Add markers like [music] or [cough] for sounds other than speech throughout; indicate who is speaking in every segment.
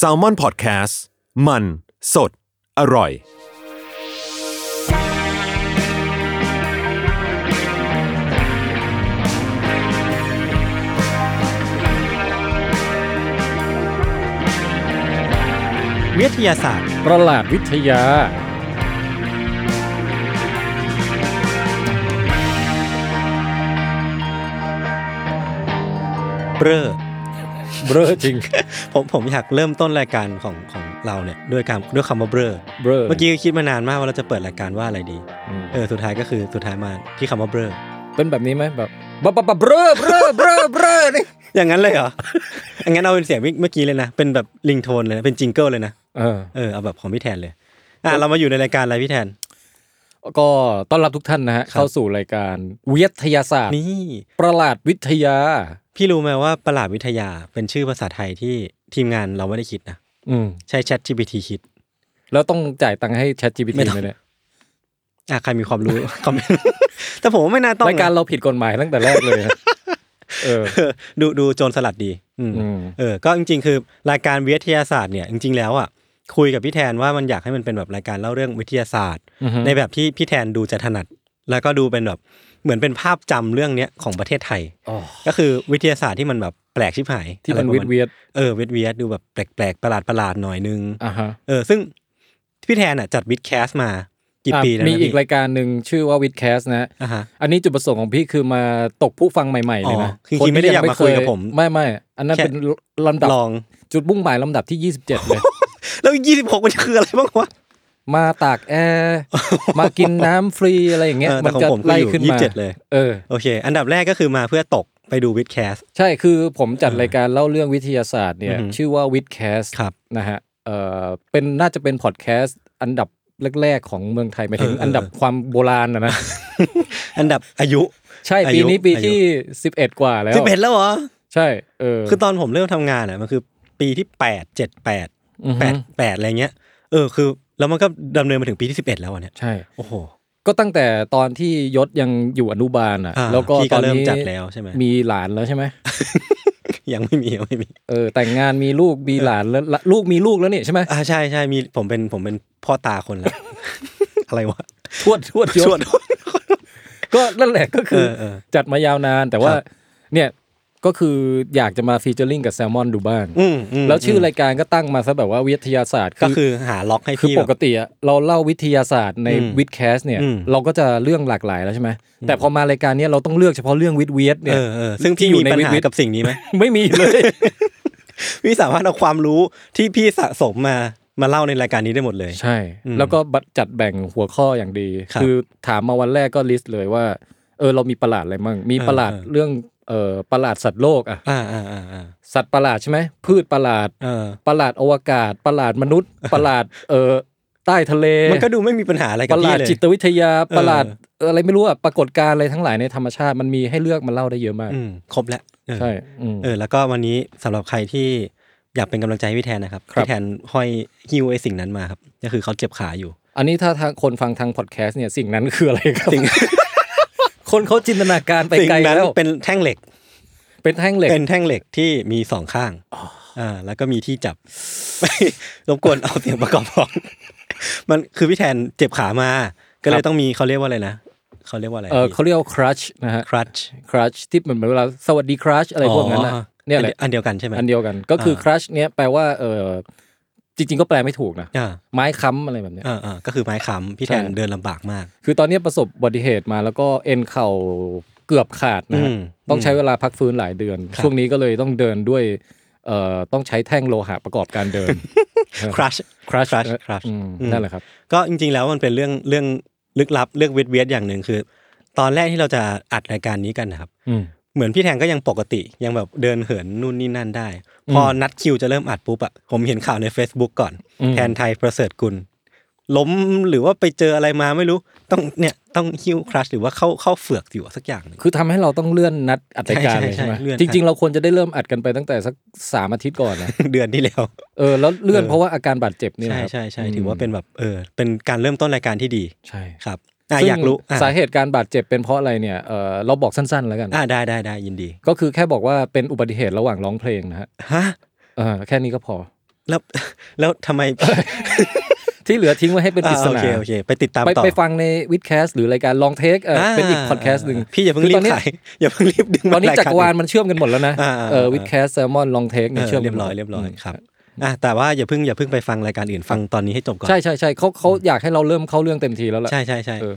Speaker 1: s a l m o n PODCAST มันสดอร่อย
Speaker 2: วิทยาศาสตร์
Speaker 3: ประหลาดวิทยา
Speaker 2: เบรอ
Speaker 3: เบ้อจริง
Speaker 2: ผมผมอยากเริ่มต้นรายการของของเราเนี่ยด้วยการด้วยคำว่าเบรอ
Speaker 3: เบ้อ
Speaker 2: เมื่อกี้คิดมานานมากว่าเราจะเปิดรายการว่าอะไรดี
Speaker 3: อืม
Speaker 2: เออสุดท้ายก็คือสุดท้ายมาที่คำว่าเบรอ
Speaker 3: เป็นแบบนี้ไหมแบบบับบับบับเบ้อเบ้อเบ้อเบ้อนี่
Speaker 2: อย่างนั้นเลยเหรอ [laughs] อย่างนั้นเอาเป็นเสียงเมื่อเมื่อกี้เลยนะ เป็นแบบลิงโทนเลยนะเป็นจิงเกิลเลยนะ
Speaker 3: เออ
Speaker 2: เออเอาแบบของพี่แทนเลยอ่ะเรามาอยู่ในรายการอะไรพี่แทน
Speaker 3: ก็ต้อนรับทุกท่านนะฮะ
Speaker 2: ครับ
Speaker 3: เข้าสู่รายการวิทยาศาสตร์
Speaker 2: นี่
Speaker 3: ประหลาดวิทยา
Speaker 2: พี่รู้ไหมว่าประหลาดวิทยาเป็นชื่อภาษาไทยที่ทีมงานเราไม่ได้คิดนะ
Speaker 3: อืม
Speaker 2: ใช้ Chat GPT คิด
Speaker 3: แล้วต้องจ่ายตังค์ให้ Chat GPT
Speaker 2: ไม่ต้อง
Speaker 3: ไหมเนี่ย
Speaker 2: อ่ะใครมีความรู้ [laughs] คอมเมนต์แต่ผมว่าไม่น่าต้อง
Speaker 3: รายการ
Speaker 2: นะ
Speaker 3: เราผิดกฎหมายตั้งแต่แรก
Speaker 2: [laughs]
Speaker 3: เลยนะเออ
Speaker 2: เออดูดูโจรสลัดดี อืม
Speaker 3: อืม
Speaker 2: เออ ก็จริงๆ คือรายการวิทยาศาสตร์เนี่ยจริงๆ แล้วอ่ะคุยกับพี่แทนว่ามันอยากให้มันเป็นแบบรายการเล่าเรื่องวิทยาศาสตร์
Speaker 3: อือฮึ
Speaker 2: ในแบบที่พี่แทนดูจะถนัด แล้วก็ดูเป็นแบบเหมือนเป็นภาพจำเรื่องเนี้ยของประเทศไทย
Speaker 3: อ๋อ
Speaker 2: ก็คือวิทยาศาสตร์ที่มันแบบแปลกชิบหาย
Speaker 3: ที่มัน
Speaker 2: อะไร
Speaker 3: วิ
Speaker 2: ป
Speaker 3: ท
Speaker 2: ระาณ
Speaker 3: เวียด
Speaker 2: เออวิทยาดูแบบแปลกๆประหลาดประหลาดๆหน่อยนึง
Speaker 3: อ่ะฮะ
Speaker 2: เออซึ่งพี่แทนอ่ะจัดวิดแคสมากี่
Speaker 3: อ่ะ
Speaker 2: ปีแล้วนะ
Speaker 3: มีอีก
Speaker 2: พี่
Speaker 3: รายการหนึ่งชื่อว่าวิดแคสนะฮะ
Speaker 2: อ่ะฮะ
Speaker 3: อันนี้จุดประสงค์ของพี่คือมาตกผู้ฟังใหม่ ๆ เลยนะ
Speaker 2: อ๋อคือจริงๆไม่ได้อยากมาคุยกับผม
Speaker 3: ไม่ไม่ๆอันนั้น
Speaker 2: แค่
Speaker 3: เป็นลำดับ
Speaker 2: ลอง
Speaker 3: จุดมุ่งหมายลำดับที่ 27
Speaker 2: [laughs]
Speaker 3: เลย
Speaker 2: แล้วยี่สิบหกมันคืออะไรบ้างวะ
Speaker 3: มาตากแอร์มากินน้ำฟรีอะไรอย่างเงี้ย
Speaker 2: ออ
Speaker 3: มั
Speaker 2: แต่
Speaker 3: น
Speaker 2: ของ
Speaker 3: จะ
Speaker 2: ผมก็
Speaker 3: ไล่
Speaker 2: อยู่
Speaker 3: ขึ้น
Speaker 2: ยี่
Speaker 3: มา
Speaker 2: สิบเจ็ดเลย
Speaker 3: เออ
Speaker 2: โอเค อันดับแรกก็คือมาเพื่อตกไปดูวิดแคส
Speaker 3: ใช่คือผมจัดรายการเล่าเรื่องวิทยาศาสตร์เนี่ย
Speaker 2: อือหือ
Speaker 3: ชื่อว่าวิดแคส
Speaker 2: ครับ
Speaker 3: นะฮะเออเป็นน่าจะเป็นพอดแคสต์อันดับแรก ๆ ของเมืองไทยหมายถึงอันดับความโบราณนะนะ
Speaker 2: อันดับอายุ
Speaker 3: ใช่
Speaker 2: อายุ
Speaker 3: ปีนี้ปี
Speaker 2: อายุ
Speaker 3: ที่ 11 กว่าแล้ว
Speaker 2: สิบเอ็ดแล้วเหรอ
Speaker 3: ใช่เออ
Speaker 2: คือตอนผมเริ่มทำงานอ่ะมันคือปีที่แปดเจ็ดแปด
Speaker 3: อือ
Speaker 2: แป
Speaker 3: หื
Speaker 2: ด
Speaker 3: อ
Speaker 2: แปดอะไรเงี้ยเออคือแล้วมันก็ดำเนินมาถึงปีที่สิบเอ็ดแล้วอะเนี่ย
Speaker 3: ใช่
Speaker 2: โอ้โห
Speaker 3: ก็ตั้งแต่ตอนที่ยศยังอยู่อนุบาลอ่ะ
Speaker 2: อ่า
Speaker 3: แล้วก็
Speaker 2: พี่ก็
Speaker 3: ตอน
Speaker 2: เริ่ม
Speaker 3: นี้
Speaker 2: จัดแล้วใช่ไหม
Speaker 3: มีหลานแล้วใช่ไหม
Speaker 2: ยังไม่มียังไม่มี
Speaker 3: เออแต่งงานมีลูกมีหลานแล้วละลูกมีลูกแล้วนี่ใช่ไหม
Speaker 2: อ่าใช่ใช่มีผมเป็นผมเป็นพ่อตาคนละ
Speaker 3: [laughs]
Speaker 2: อะไรวะ
Speaker 3: ทวดทวดย
Speaker 2: ชว
Speaker 3: ศ
Speaker 2: น
Speaker 3: ก็นั่นแหละก็คือ
Speaker 2: เออเออ
Speaker 3: จัดมายาวนานแต่ว่า
Speaker 2: ครับ
Speaker 3: เนี่ยก็คืออยากจะมาฟีเจอริงกับแซลมอนดูบ้าง
Speaker 2: อืมม
Speaker 3: แล้วชื่อรายการก็ตั้งมาซะแบบว่าวิทยาศาสตร์
Speaker 2: ก็คือหาล็อกให้
Speaker 3: คือ
Speaker 2: พี่
Speaker 3: ป
Speaker 2: แบบ
Speaker 3: กติอะเราเล่าวิทยาศาสตร์ใน
Speaker 2: อืม
Speaker 3: วิดแคสเนี่ย
Speaker 2: อืม
Speaker 3: เราก็จะเรื่องหลากหลายแล้วใช่ไหมแต่พอมารายการเนี้ยเราต้องเลือกเฉพาะเรื่องวิทเวียดเนี่
Speaker 2: เอย อเออซึ่งพี่
Speaker 3: ที่อยู่
Speaker 2: มี
Speaker 3: ใน
Speaker 2: ปัญหา
Speaker 3: วิทย์
Speaker 2: กับสิ่งนี้ไหม
Speaker 3: ไม่มีเลย
Speaker 2: พี่สามารถเอาความรู้ที่พี่สะสมมามาเล่าในรายการนี้ได้หมดเลย
Speaker 3: ใช่
Speaker 2: อืม
Speaker 3: แล้วก็บัดจัดแบ่งหัวข้ออย่างดี
Speaker 2: ครับ
Speaker 3: คือถามมาวันแรกก็ลิสต์เลยว่าเออเรามีประหลาดอะไรมั่งมีป
Speaker 2: เออ
Speaker 3: ระหลาด
Speaker 2: เออ
Speaker 3: เรื่องเออประหลาดสัตว์โลกอ่ะ
Speaker 2: อ่าอ่าอ่าอ่า
Speaker 3: สัตว์ประหลาดใช่ไหมพืชประหลาด
Speaker 2: เออ
Speaker 3: ประหลาดอวกาศประหลาดมนุษย์ ประหลาดเออใต้ทะเล
Speaker 2: มันก็ดูไม่มีปัญหาอะไร
Speaker 3: ป
Speaker 2: กับ
Speaker 3: ระห
Speaker 2: พี่
Speaker 3: ลาด
Speaker 2: เลย
Speaker 3: จิตวิทยา
Speaker 2: เออ
Speaker 3: ประหลาดอะไรไม่รู้อ่ะปรากฏการณ์อะไรทั้งหลายในธรรมชาติมันมีให้เลือกมาเล่าได้เยอะมาก
Speaker 2: อืมครบแล้วเออ
Speaker 3: ใช่อืม
Speaker 2: เออแล้วก็วันนี้สำหรับใครที่อยากเป็นกำลังใจให้พี่แทนนะครับ
Speaker 3: ครับ
Speaker 2: พี่แทนห้อยฮิ้วไอ้สิ่งนั้นมาครับก็คือเขาเจ็บขาอยู่
Speaker 3: อันนี้ถ้าทางคนฟังทางพอดแคสต์เนี่ยสิ่งนั้นคืออะไรครับคนเขาจินตนาการไป
Speaker 2: สิ่ง
Speaker 3: ไกล
Speaker 2: นั้น
Speaker 3: แล้ว
Speaker 2: เป็นแท่งเหล็ก
Speaker 3: เป็นแท่งเหล็ก
Speaker 2: เป็นแท่งเหล็กที่มีสองข้างอ่าแล้วก็มีที่จับ [laughs] รบกวนเอาเสียงประกอบร้อง [laughs] มันคือพี่แทนเจ็บขามา ก็เล
Speaker 3: ครั
Speaker 2: ย
Speaker 3: บ
Speaker 2: ต้องมีเขาเรียกว่าอะไรนะเขาเรียกว่าอะไร
Speaker 3: เออเขาเรียกครัชนะฮะ
Speaker 2: ครัช
Speaker 3: ครัชที่เหมือนเวลาสวัสดีครัชอะไรพวกนั้นน่ะ
Speaker 2: อ๋อ
Speaker 3: เนี่ยแหละ
Speaker 2: อันเดียวกันใช่ไหม
Speaker 3: อันเดียวกันก็คือ
Speaker 2: เออ
Speaker 3: ครัชเนี่ยแปลว่าเออจริง ๆ ก็แปลไม่ถูกนะ
Speaker 2: อ่า
Speaker 3: ไม้ค้ำอะไรแบบเนี้ย
Speaker 2: อ่าอ่าก็คือไม้ค้ำพี่แทน
Speaker 3: ใช่
Speaker 2: เดินลำบากมาก
Speaker 3: คือตอนเนี้ยประสบอุบัติเหตุมาแล้วก็เอ็นเข่าเกือบขาดนะฮะ
Speaker 2: อืม
Speaker 3: ต้องใช้เวลาพักฟื้นหลายเดือน
Speaker 2: ครับ
Speaker 3: ช่วงนี้ก็เลยต้องเดินด้วยเอ่อต้องใช้แท่งโลหะประกอบการเดิน
Speaker 2: ครัช
Speaker 3: Crutch
Speaker 2: Crutch
Speaker 3: นะ
Speaker 2: Crutch
Speaker 3: อืม
Speaker 2: อืม
Speaker 3: นั่นแหละครับ
Speaker 2: ก็จริงๆแล้วมันเป็นเรื่องเรื่องลึกลับเรื่องเวทเวทอย่างหนึ่งคือ ตอนแรกที่เราจะอัดรายการนี้กันนะครับ เหมือนพี่แทนก็ยังปกติยังแบบเดินเหินนู่นนี่นั่นได้ พอนัดคิวจะเริ่มอัดปุ๊บอะผมเห็นข่าวใน Facebook ก่อน
Speaker 3: อืม
Speaker 2: แทนไทยประเสริฐกุลล้มหรือว่าไปเจออะไรมาไม่รู้ต้องเนี่ยต้องหิ้วคลัชหรือว่าเข้าเข้าเฟือกอยู่สักอย่างหนึ่ง [laughs]
Speaker 3: คือทำให้เราต้องเลื่อนนัดอัดรายการ
Speaker 2: ใช่
Speaker 3: เลย
Speaker 2: ใช่
Speaker 3: ใช่ไหม
Speaker 2: ใช่เลื่อน
Speaker 3: จริง ๆ เราควรจะได้เริ่มอัดกันไปตั้งแต่สักสามอาทิตย์ก่อนนะ
Speaker 2: เดือนที่แล้ว
Speaker 3: เออแล้วเลื่อน
Speaker 2: เออ
Speaker 3: เพราะว่าอาการบาดเจ็บนี่แหละ
Speaker 2: ใช่
Speaker 3: ครับ
Speaker 2: ใช่ใช่
Speaker 3: ม
Speaker 2: ถือว่าเป็นแบบเออเป็นการเริ่มต้นรายการที่ดี
Speaker 3: ใช่
Speaker 2: ครับอ่ะ
Speaker 3: ซึ่ง
Speaker 2: อยากรู้อ่ะ
Speaker 3: สาเหตุการบาดเจ็บเป็นเพราะอะไรเนี่ยเออเราบอกสั้นๆแล้วกัน
Speaker 2: อ่ะได้ได้ได้ยินดี
Speaker 3: ก็คือแค่บอกว่าเป็นอุบัติเหตุระหว่างร้องเพลงนะฮะ
Speaker 2: ฮะ
Speaker 3: เออแค่นี้ก็พอ
Speaker 2: แล้วแล้วทำไม [laughs]
Speaker 3: ที่เหลือทิ้งไว้ให้เป็นปริศ
Speaker 2: อ่ะโอ
Speaker 3: นา
Speaker 2: เคโอเค ไปติดตาม
Speaker 3: ไป
Speaker 2: ต่อ
Speaker 3: ไปฟังในวิดแคสหรือรายการลองเทคเอออเป็นอีกพอดแคสต์หนึ่ง
Speaker 2: พี่อย่าเพิ่งรี
Speaker 3: คืต
Speaker 2: บ
Speaker 3: นนี้
Speaker 2: ขาย [laughs] อย่าเพิ่งรีบดึง
Speaker 3: ตอนนี้
Speaker 2: มย
Speaker 3: จักรวาล
Speaker 2: อื่
Speaker 3: มันเชื่อมกันหมดแล้วนะ
Speaker 2: อ่าอ่า
Speaker 3: เออ
Speaker 2: อ่า
Speaker 3: วิดแคสแซลมอนลองเทค
Speaker 2: เอ
Speaker 3: เนี่ย
Speaker 2: อ
Speaker 3: เชื่อม
Speaker 2: เรีย
Speaker 3: กัน
Speaker 2: บ
Speaker 3: หมด
Speaker 2: ร้อยเรียบร้อย
Speaker 3: ม
Speaker 2: ครับอ่ะแต่ว่าอย่าเพิ่งอย่าเพิ่งไปฟังรายการอื่นฟังตอนนี้ให้จบก่อน
Speaker 3: ใช่ใช่ใช่เขาเขาอยากให้เราเริ่มเข้าเรื่องเต็มทีแล้วล่ะ
Speaker 2: ใช่ใช่ใช่
Speaker 3: เออ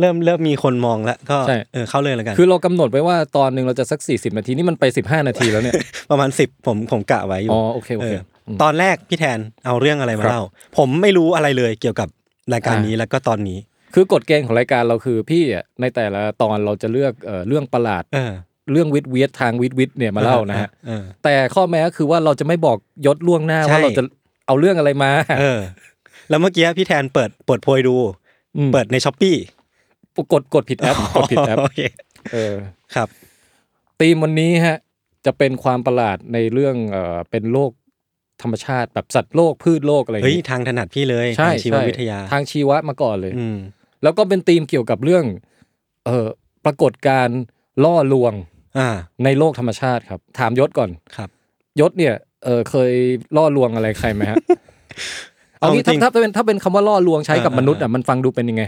Speaker 2: เริ่มเริ่มมีคนมองแล้วก็
Speaker 3: ใช่
Speaker 2: เออเข้าเลยแล้วกัน
Speaker 3: คือเรากำหนดไว้ว่าตอนหนึ่งเราจะสัก 40 นาทีนี่มันไป 15 นาทีแล้วเนี่ย
Speaker 2: ประมาณสิบผมผมกะไว้อยู่
Speaker 3: อ๋อโอเคโอเค
Speaker 2: เอออ
Speaker 3: ม
Speaker 2: ตอนแรกพี่แทนเอาเรื่องอะไรมา
Speaker 3: ครับ
Speaker 2: เล่า ผมไม่รู้อะไรเลยเกี่ยวกับรายการ
Speaker 3: อ่านี้
Speaker 2: นี้แล้วก็ตอนนี้
Speaker 3: คือกฎเกณฑ์ของรายการเราคือพี่อ่ะในแต่ละตอนเราจะเลือกเอ่อเรื่องประหลาด
Speaker 2: เออ
Speaker 3: เรื่องวิทย์เวียดทางวิทย์วิทย์เนี่ยมาเล่านะฮะ
Speaker 2: เออ
Speaker 3: แต่ข้อแม้ก็คือว่าเราจะไม่บอกยศล่วงหน้า
Speaker 2: ใช่
Speaker 3: ว่าเราจะเอาเรื่องอะไรมา
Speaker 2: เออ แล้วเมื่อกี้พี่แทนเปิดเปิดโพยดู
Speaker 3: ม
Speaker 2: เปิดในช้อปปี้
Speaker 3: กดกดผิดแอปกดผิดแอป
Speaker 2: โอเค
Speaker 3: เออ
Speaker 2: ครับ
Speaker 3: ธีมวันนี้ฮะจะเป็นความประหลาดในเรื่องเอ่อเป็นโลกธรรมชาติแบบสัตว์โลกพืชโลกอะไรอย่าง
Speaker 2: เฮ้ย
Speaker 3: งี้
Speaker 2: ทางถนัดพี่เลย
Speaker 3: ใช่
Speaker 2: ทางชีว
Speaker 3: ใช่
Speaker 2: วิทยา
Speaker 3: ทางชีวะมาก่อนเลย
Speaker 2: อืม
Speaker 3: แล้วก็เป็นธีมเกี่ยวกับเรื่อง เอ่อปรากฏการณ์ล่อลวง
Speaker 2: อ่า
Speaker 3: ในโลกธรรมชาติครับ ถามยศก่อน
Speaker 2: ครับ
Speaker 3: ยศเนี่ยเออเคยล่อลวงอะไรใครไหม
Speaker 2: [laughs]
Speaker 3: ฮะ เอางี้
Speaker 2: เอาจริ
Speaker 3: ถ้าง ถ้าถ้าเป็นถ้าเป็นคำว่าล่อลวงใช้กับ
Speaker 2: เออ
Speaker 3: มนุษย์อ่ะมันฟังดูเป็นยังไง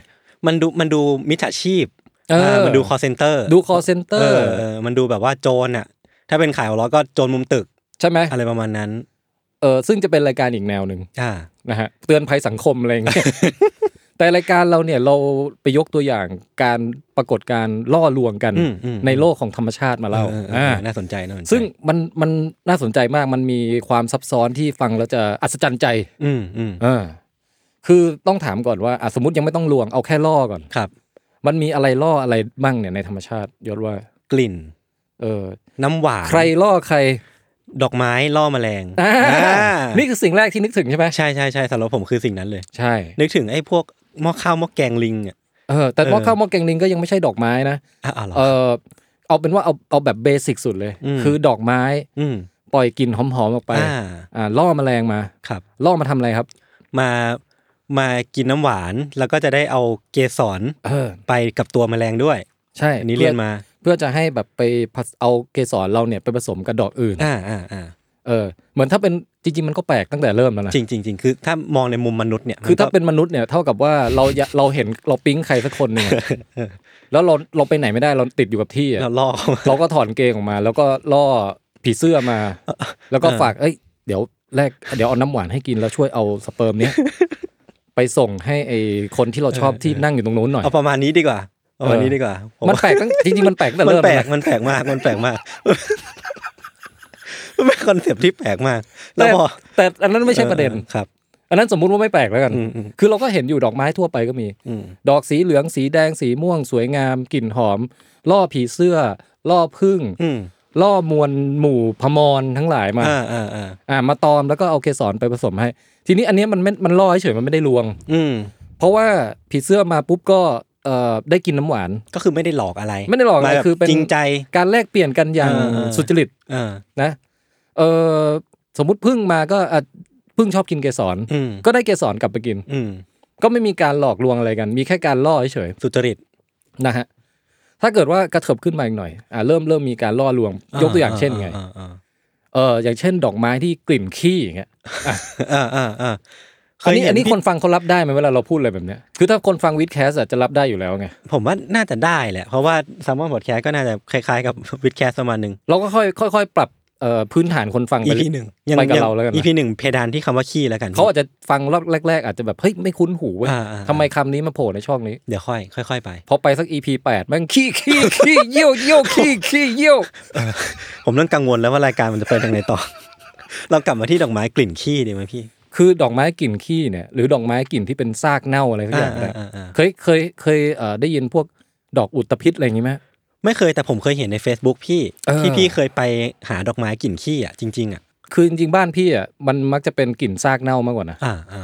Speaker 2: มันดูมันดูมิจฉาชีพ
Speaker 3: เอออ่
Speaker 2: ามันดูคอเซนเตอร์
Speaker 3: ดู call center
Speaker 2: เออมันดูแบบว่าโจรอ่ะ ถ้าเป็นขายหัวเราะก็โจรมุมตึก
Speaker 3: ใช่ไหม
Speaker 2: อะไรประมาณนั้น
Speaker 3: เออซึ่งจะเป็นรายการอีกแนวหนึ่ง
Speaker 2: อ่า
Speaker 3: นะฮะเตือนภัยสังคมอะไรอย่างเงี้
Speaker 2: [laughs]
Speaker 3: ย แต่รายการเราเนี่ยเราไปยกตัวอย่างการปรากฏการณ์ล่อลวงกัน
Speaker 2: อืมอืม
Speaker 3: ในโลกของธรรมชาติมาเล่า
Speaker 2: ออออ
Speaker 3: อ่า
Speaker 2: น่าสนใจน่าสนใจ
Speaker 3: ซึ่งมันมันน่าสนใจมาก มันมีความซับซ้อนที่ฟังแล้วจะอัศจรรย์ใจ
Speaker 2: อืมอืม
Speaker 3: เออคือต้องถามก่อนว่าอ่ะสมมติยังไม่ต้องลวง เอาแค่ล่อก่อน
Speaker 2: ครับ
Speaker 3: มันมีอะไรล่ออะไรบ้างเนี่ยในธรรมชาติยศว่า
Speaker 2: กลิ่น
Speaker 3: เออ
Speaker 2: น้ำหวาน
Speaker 3: ใครล่อใคร
Speaker 2: ดอกไม้ล่อแมลง
Speaker 3: อ่า
Speaker 2: อ่า
Speaker 3: นี่คือสิ่งแรกที่นึกถึงใช่ไหม
Speaker 2: ใช่ใช่ใช่สำหรับผมคือสิ่งนั้นเลย
Speaker 3: ใช่
Speaker 2: นึกถึงไอ้พวกหม้อข้าวหม้อแกงลิงอ่ะ
Speaker 3: เออแต่
Speaker 2: เออ
Speaker 3: หม้อข้าวหม้อแกงลิงก็ยังไม่ใช่ดอกไม้นะ
Speaker 2: อ่ะอ่ะเหรอ
Speaker 3: เออเอาเป็นว่าเอาเอาแบบเบสิกสุดเลย
Speaker 2: อืม
Speaker 3: คือดอกไม้
Speaker 2: อืม
Speaker 3: ปล่อยกลิ่นหอมๆออกไป
Speaker 2: อ่า
Speaker 3: อ่าล่อแมลงมา
Speaker 2: ครับ
Speaker 3: ล่อมาทำอะไรครับ
Speaker 2: มามากินน้ำหวานแล้วก็จะได้เอาเกสร
Speaker 3: เออ
Speaker 2: ไปกับตัวแมลงด้วย
Speaker 3: ใช่
Speaker 2: อันนี้เรียนมา
Speaker 3: เพื่อจะให้แบบไปผสเอาเกสรเราเนี่ยไปผสมกับดอกอื่น
Speaker 2: อ่าอ่าอ่า
Speaker 3: เออ เหมือนถ้าเป็นจริง ๆ มันก็แปลกตั้งแต่เริ่มแล้วนะ
Speaker 2: จริงจริงจริงคือถ้ามองในมุมมนุษย์เนี่ย
Speaker 3: คือถ้า
Speaker 2: มัก็
Speaker 3: เป็นมนุษย์เนี่ยเท่ากับว่าเราอย่าเราเห็นเราปิ๊งใครสักคนหนึ่
Speaker 2: [laughs]
Speaker 3: งอะ
Speaker 2: เออ
Speaker 3: แล้วเราเราไปไหนไม่ได้เราติดอยู่กับที่อะ
Speaker 2: เราล่อเขามา
Speaker 3: เราก็ถอนเกงออกมา แล้วก็ล่อผีเสื้อมา
Speaker 2: [laughs]
Speaker 3: แล้วก็
Speaker 2: เออ
Speaker 3: ฝากเอ้ยเดี๋ยวแรกเดี๋ยวเอาน้ำหวานให้กินแล้วช่วยเอาสเปิร์มเนี้ย
Speaker 2: [laughs]
Speaker 3: ไปส่งให้ไอคนที่เราชอบที่นั่งอยู่ตรงนู้นหน่อย
Speaker 2: เอาประมาณนี้ดีกว่าประมาณนี้ดีกว่าผ
Speaker 3: มัน
Speaker 2: ว่า
Speaker 3: แปลกตั้งจริงๆมันแปลกตั้งแต่
Speaker 2: มัน
Speaker 3: เริ่ม
Speaker 2: แปล
Speaker 3: แล้ว
Speaker 2: ก
Speaker 3: นะ
Speaker 2: มันแปลกมากมันแปลกม [laughs] ากมันเป็นคอนเซปต์ที่แปลกมาก แล้ว
Speaker 3: แต่
Speaker 2: พอ
Speaker 3: แต่อันนั้นไม่ใช่ประเด็น
Speaker 2: ออครับ
Speaker 3: อันนั้นสมมุติว่าไม่แปลกแล้วกัน
Speaker 2: อืมอืม
Speaker 3: คือเราก็เห็นอยู่ดอกไม้ทั่วไปก็มี
Speaker 2: อืม
Speaker 3: ดอกสีเหลือง สีแดง สีม่วง สวยงาม กลิ่นหอม ล่อผีเสื้อ ล่อพึ่ง
Speaker 2: อืม
Speaker 3: ล่อมวลหมู่พมรทั้งหลายมา
Speaker 2: อ่าอ่าอ่า
Speaker 3: อ่า มาตอมแล้วก็เอาเกสรไปผสมให้ ทีนี้อันเนี้ยมันไม่มันล่อเฉยๆมันไม่ได้ลวง
Speaker 2: อืม
Speaker 3: เพราะว่าผีเสื้อมาปุ๊บก็เอ่อได้กินน้ำหวาน
Speaker 2: ก็คือไม่ได้หลอกอะไร
Speaker 3: ไม่ได้หลอกอะไร
Speaker 2: าแบบ
Speaker 3: คือเป็น
Speaker 2: จริงใจ
Speaker 3: การแลกเปลี่ยนกันอย่าง
Speaker 2: เออเออ
Speaker 3: สุจริต
Speaker 2: เออ
Speaker 3: นะ เออสมมุติพึ่งมาก็อ่ะพึ่งชอบกินเกสร
Speaker 2: อืม
Speaker 3: ก็ได้เกสรกลับไปกิน
Speaker 2: อืม
Speaker 3: ก็ไม่มีการหลอกลวงอะไรกัน มีแค่การล่อเฉย
Speaker 2: สุจริต
Speaker 3: ๆนะฮะ ถ้าเกิดว่ากระเถิบขึ้นมาอีกหน่อย อ่าเริ่มเริ่มมีการล่อลวง ยกตัวอย่างเช่นไง เอออย่างเช่น ดอกไม้ที่กลิ่นขี้อย่างเงี้ย
Speaker 2: [laughs] อ่าอ่าอ่าเค
Speaker 3: อัน
Speaker 2: ย
Speaker 3: นี้
Speaker 2: เห็
Speaker 3: อั
Speaker 2: น
Speaker 3: นนี้
Speaker 2: พี่
Speaker 3: คนฟังเขารับได้ไหมเวลาเราพูดอะไรแบบเนี้ย คือถ้าคนฟังวิดแคสอะจะรับได้อยู่แล้วไง
Speaker 2: ผมว่าน่าจะได้แหละ เพราะว่าซัมมอนพอดแคสก็น่าจะคล้ายๆกับวิดแคสประมาณหนึ่ง
Speaker 3: เราก็ค่อยค่อยค่อยปรับเอ่อพื้นฐานคนฟังไป
Speaker 2: อี
Speaker 3: เรื่
Speaker 2: พี
Speaker 3: อย
Speaker 2: หนึ่ง
Speaker 3: ไปกับเราแล้วกันนะ
Speaker 2: อีพีหนึ่งเพดานที่คำว่าขี้แล้วกัน
Speaker 3: เขาอาจจะฟังรอบแรก ๆ อาจจะแบบเฮ้ยไม่คุ้นหูเว้ย
Speaker 2: อ่าอ่า
Speaker 3: ทำไมคำนี้มาโผล่ในช่องนี้
Speaker 2: เดี๋ยวค่อยค่อย ๆ ไป
Speaker 3: พอไปสัก EP แปดมันขี้ขี้ขี้เยี่ยวเยี่ยวขี้ขี้เยี่ยว
Speaker 2: ผมเริ่มกังวลแล้วว่ารายการมันจะไปทางไหน
Speaker 3: [laughs]
Speaker 2: ต่อ เรากลับมาที่ดอกไม้กลิ่นขี้ดีไหมพี่
Speaker 3: คือดอกไม้กลิ่นขี้เนี่ยหรือดอกไม้กลิ่นที่เป็นซากเน่าอะไรสักอย่าง
Speaker 2: อ่า
Speaker 3: เนี่ย
Speaker 2: อ่าอ่า
Speaker 3: เคยเคยเคยเอ่อได้ยินพวกดอกอุตภิษอะไรอย่างงี้ไหม
Speaker 2: ไม่เคยแต่ผมเคยเห็นใน Facebook พี่
Speaker 3: เออ
Speaker 2: ที่พี่เคยไปหาดอกไม้กลิ่นขี้อ่ะจริงๆอ่ะ
Speaker 3: คือจริงๆบ้านพี่อ่ะมันมักจะเป็นกลิ่นซากเน่ามากกว่านะ
Speaker 2: อ่าอ่า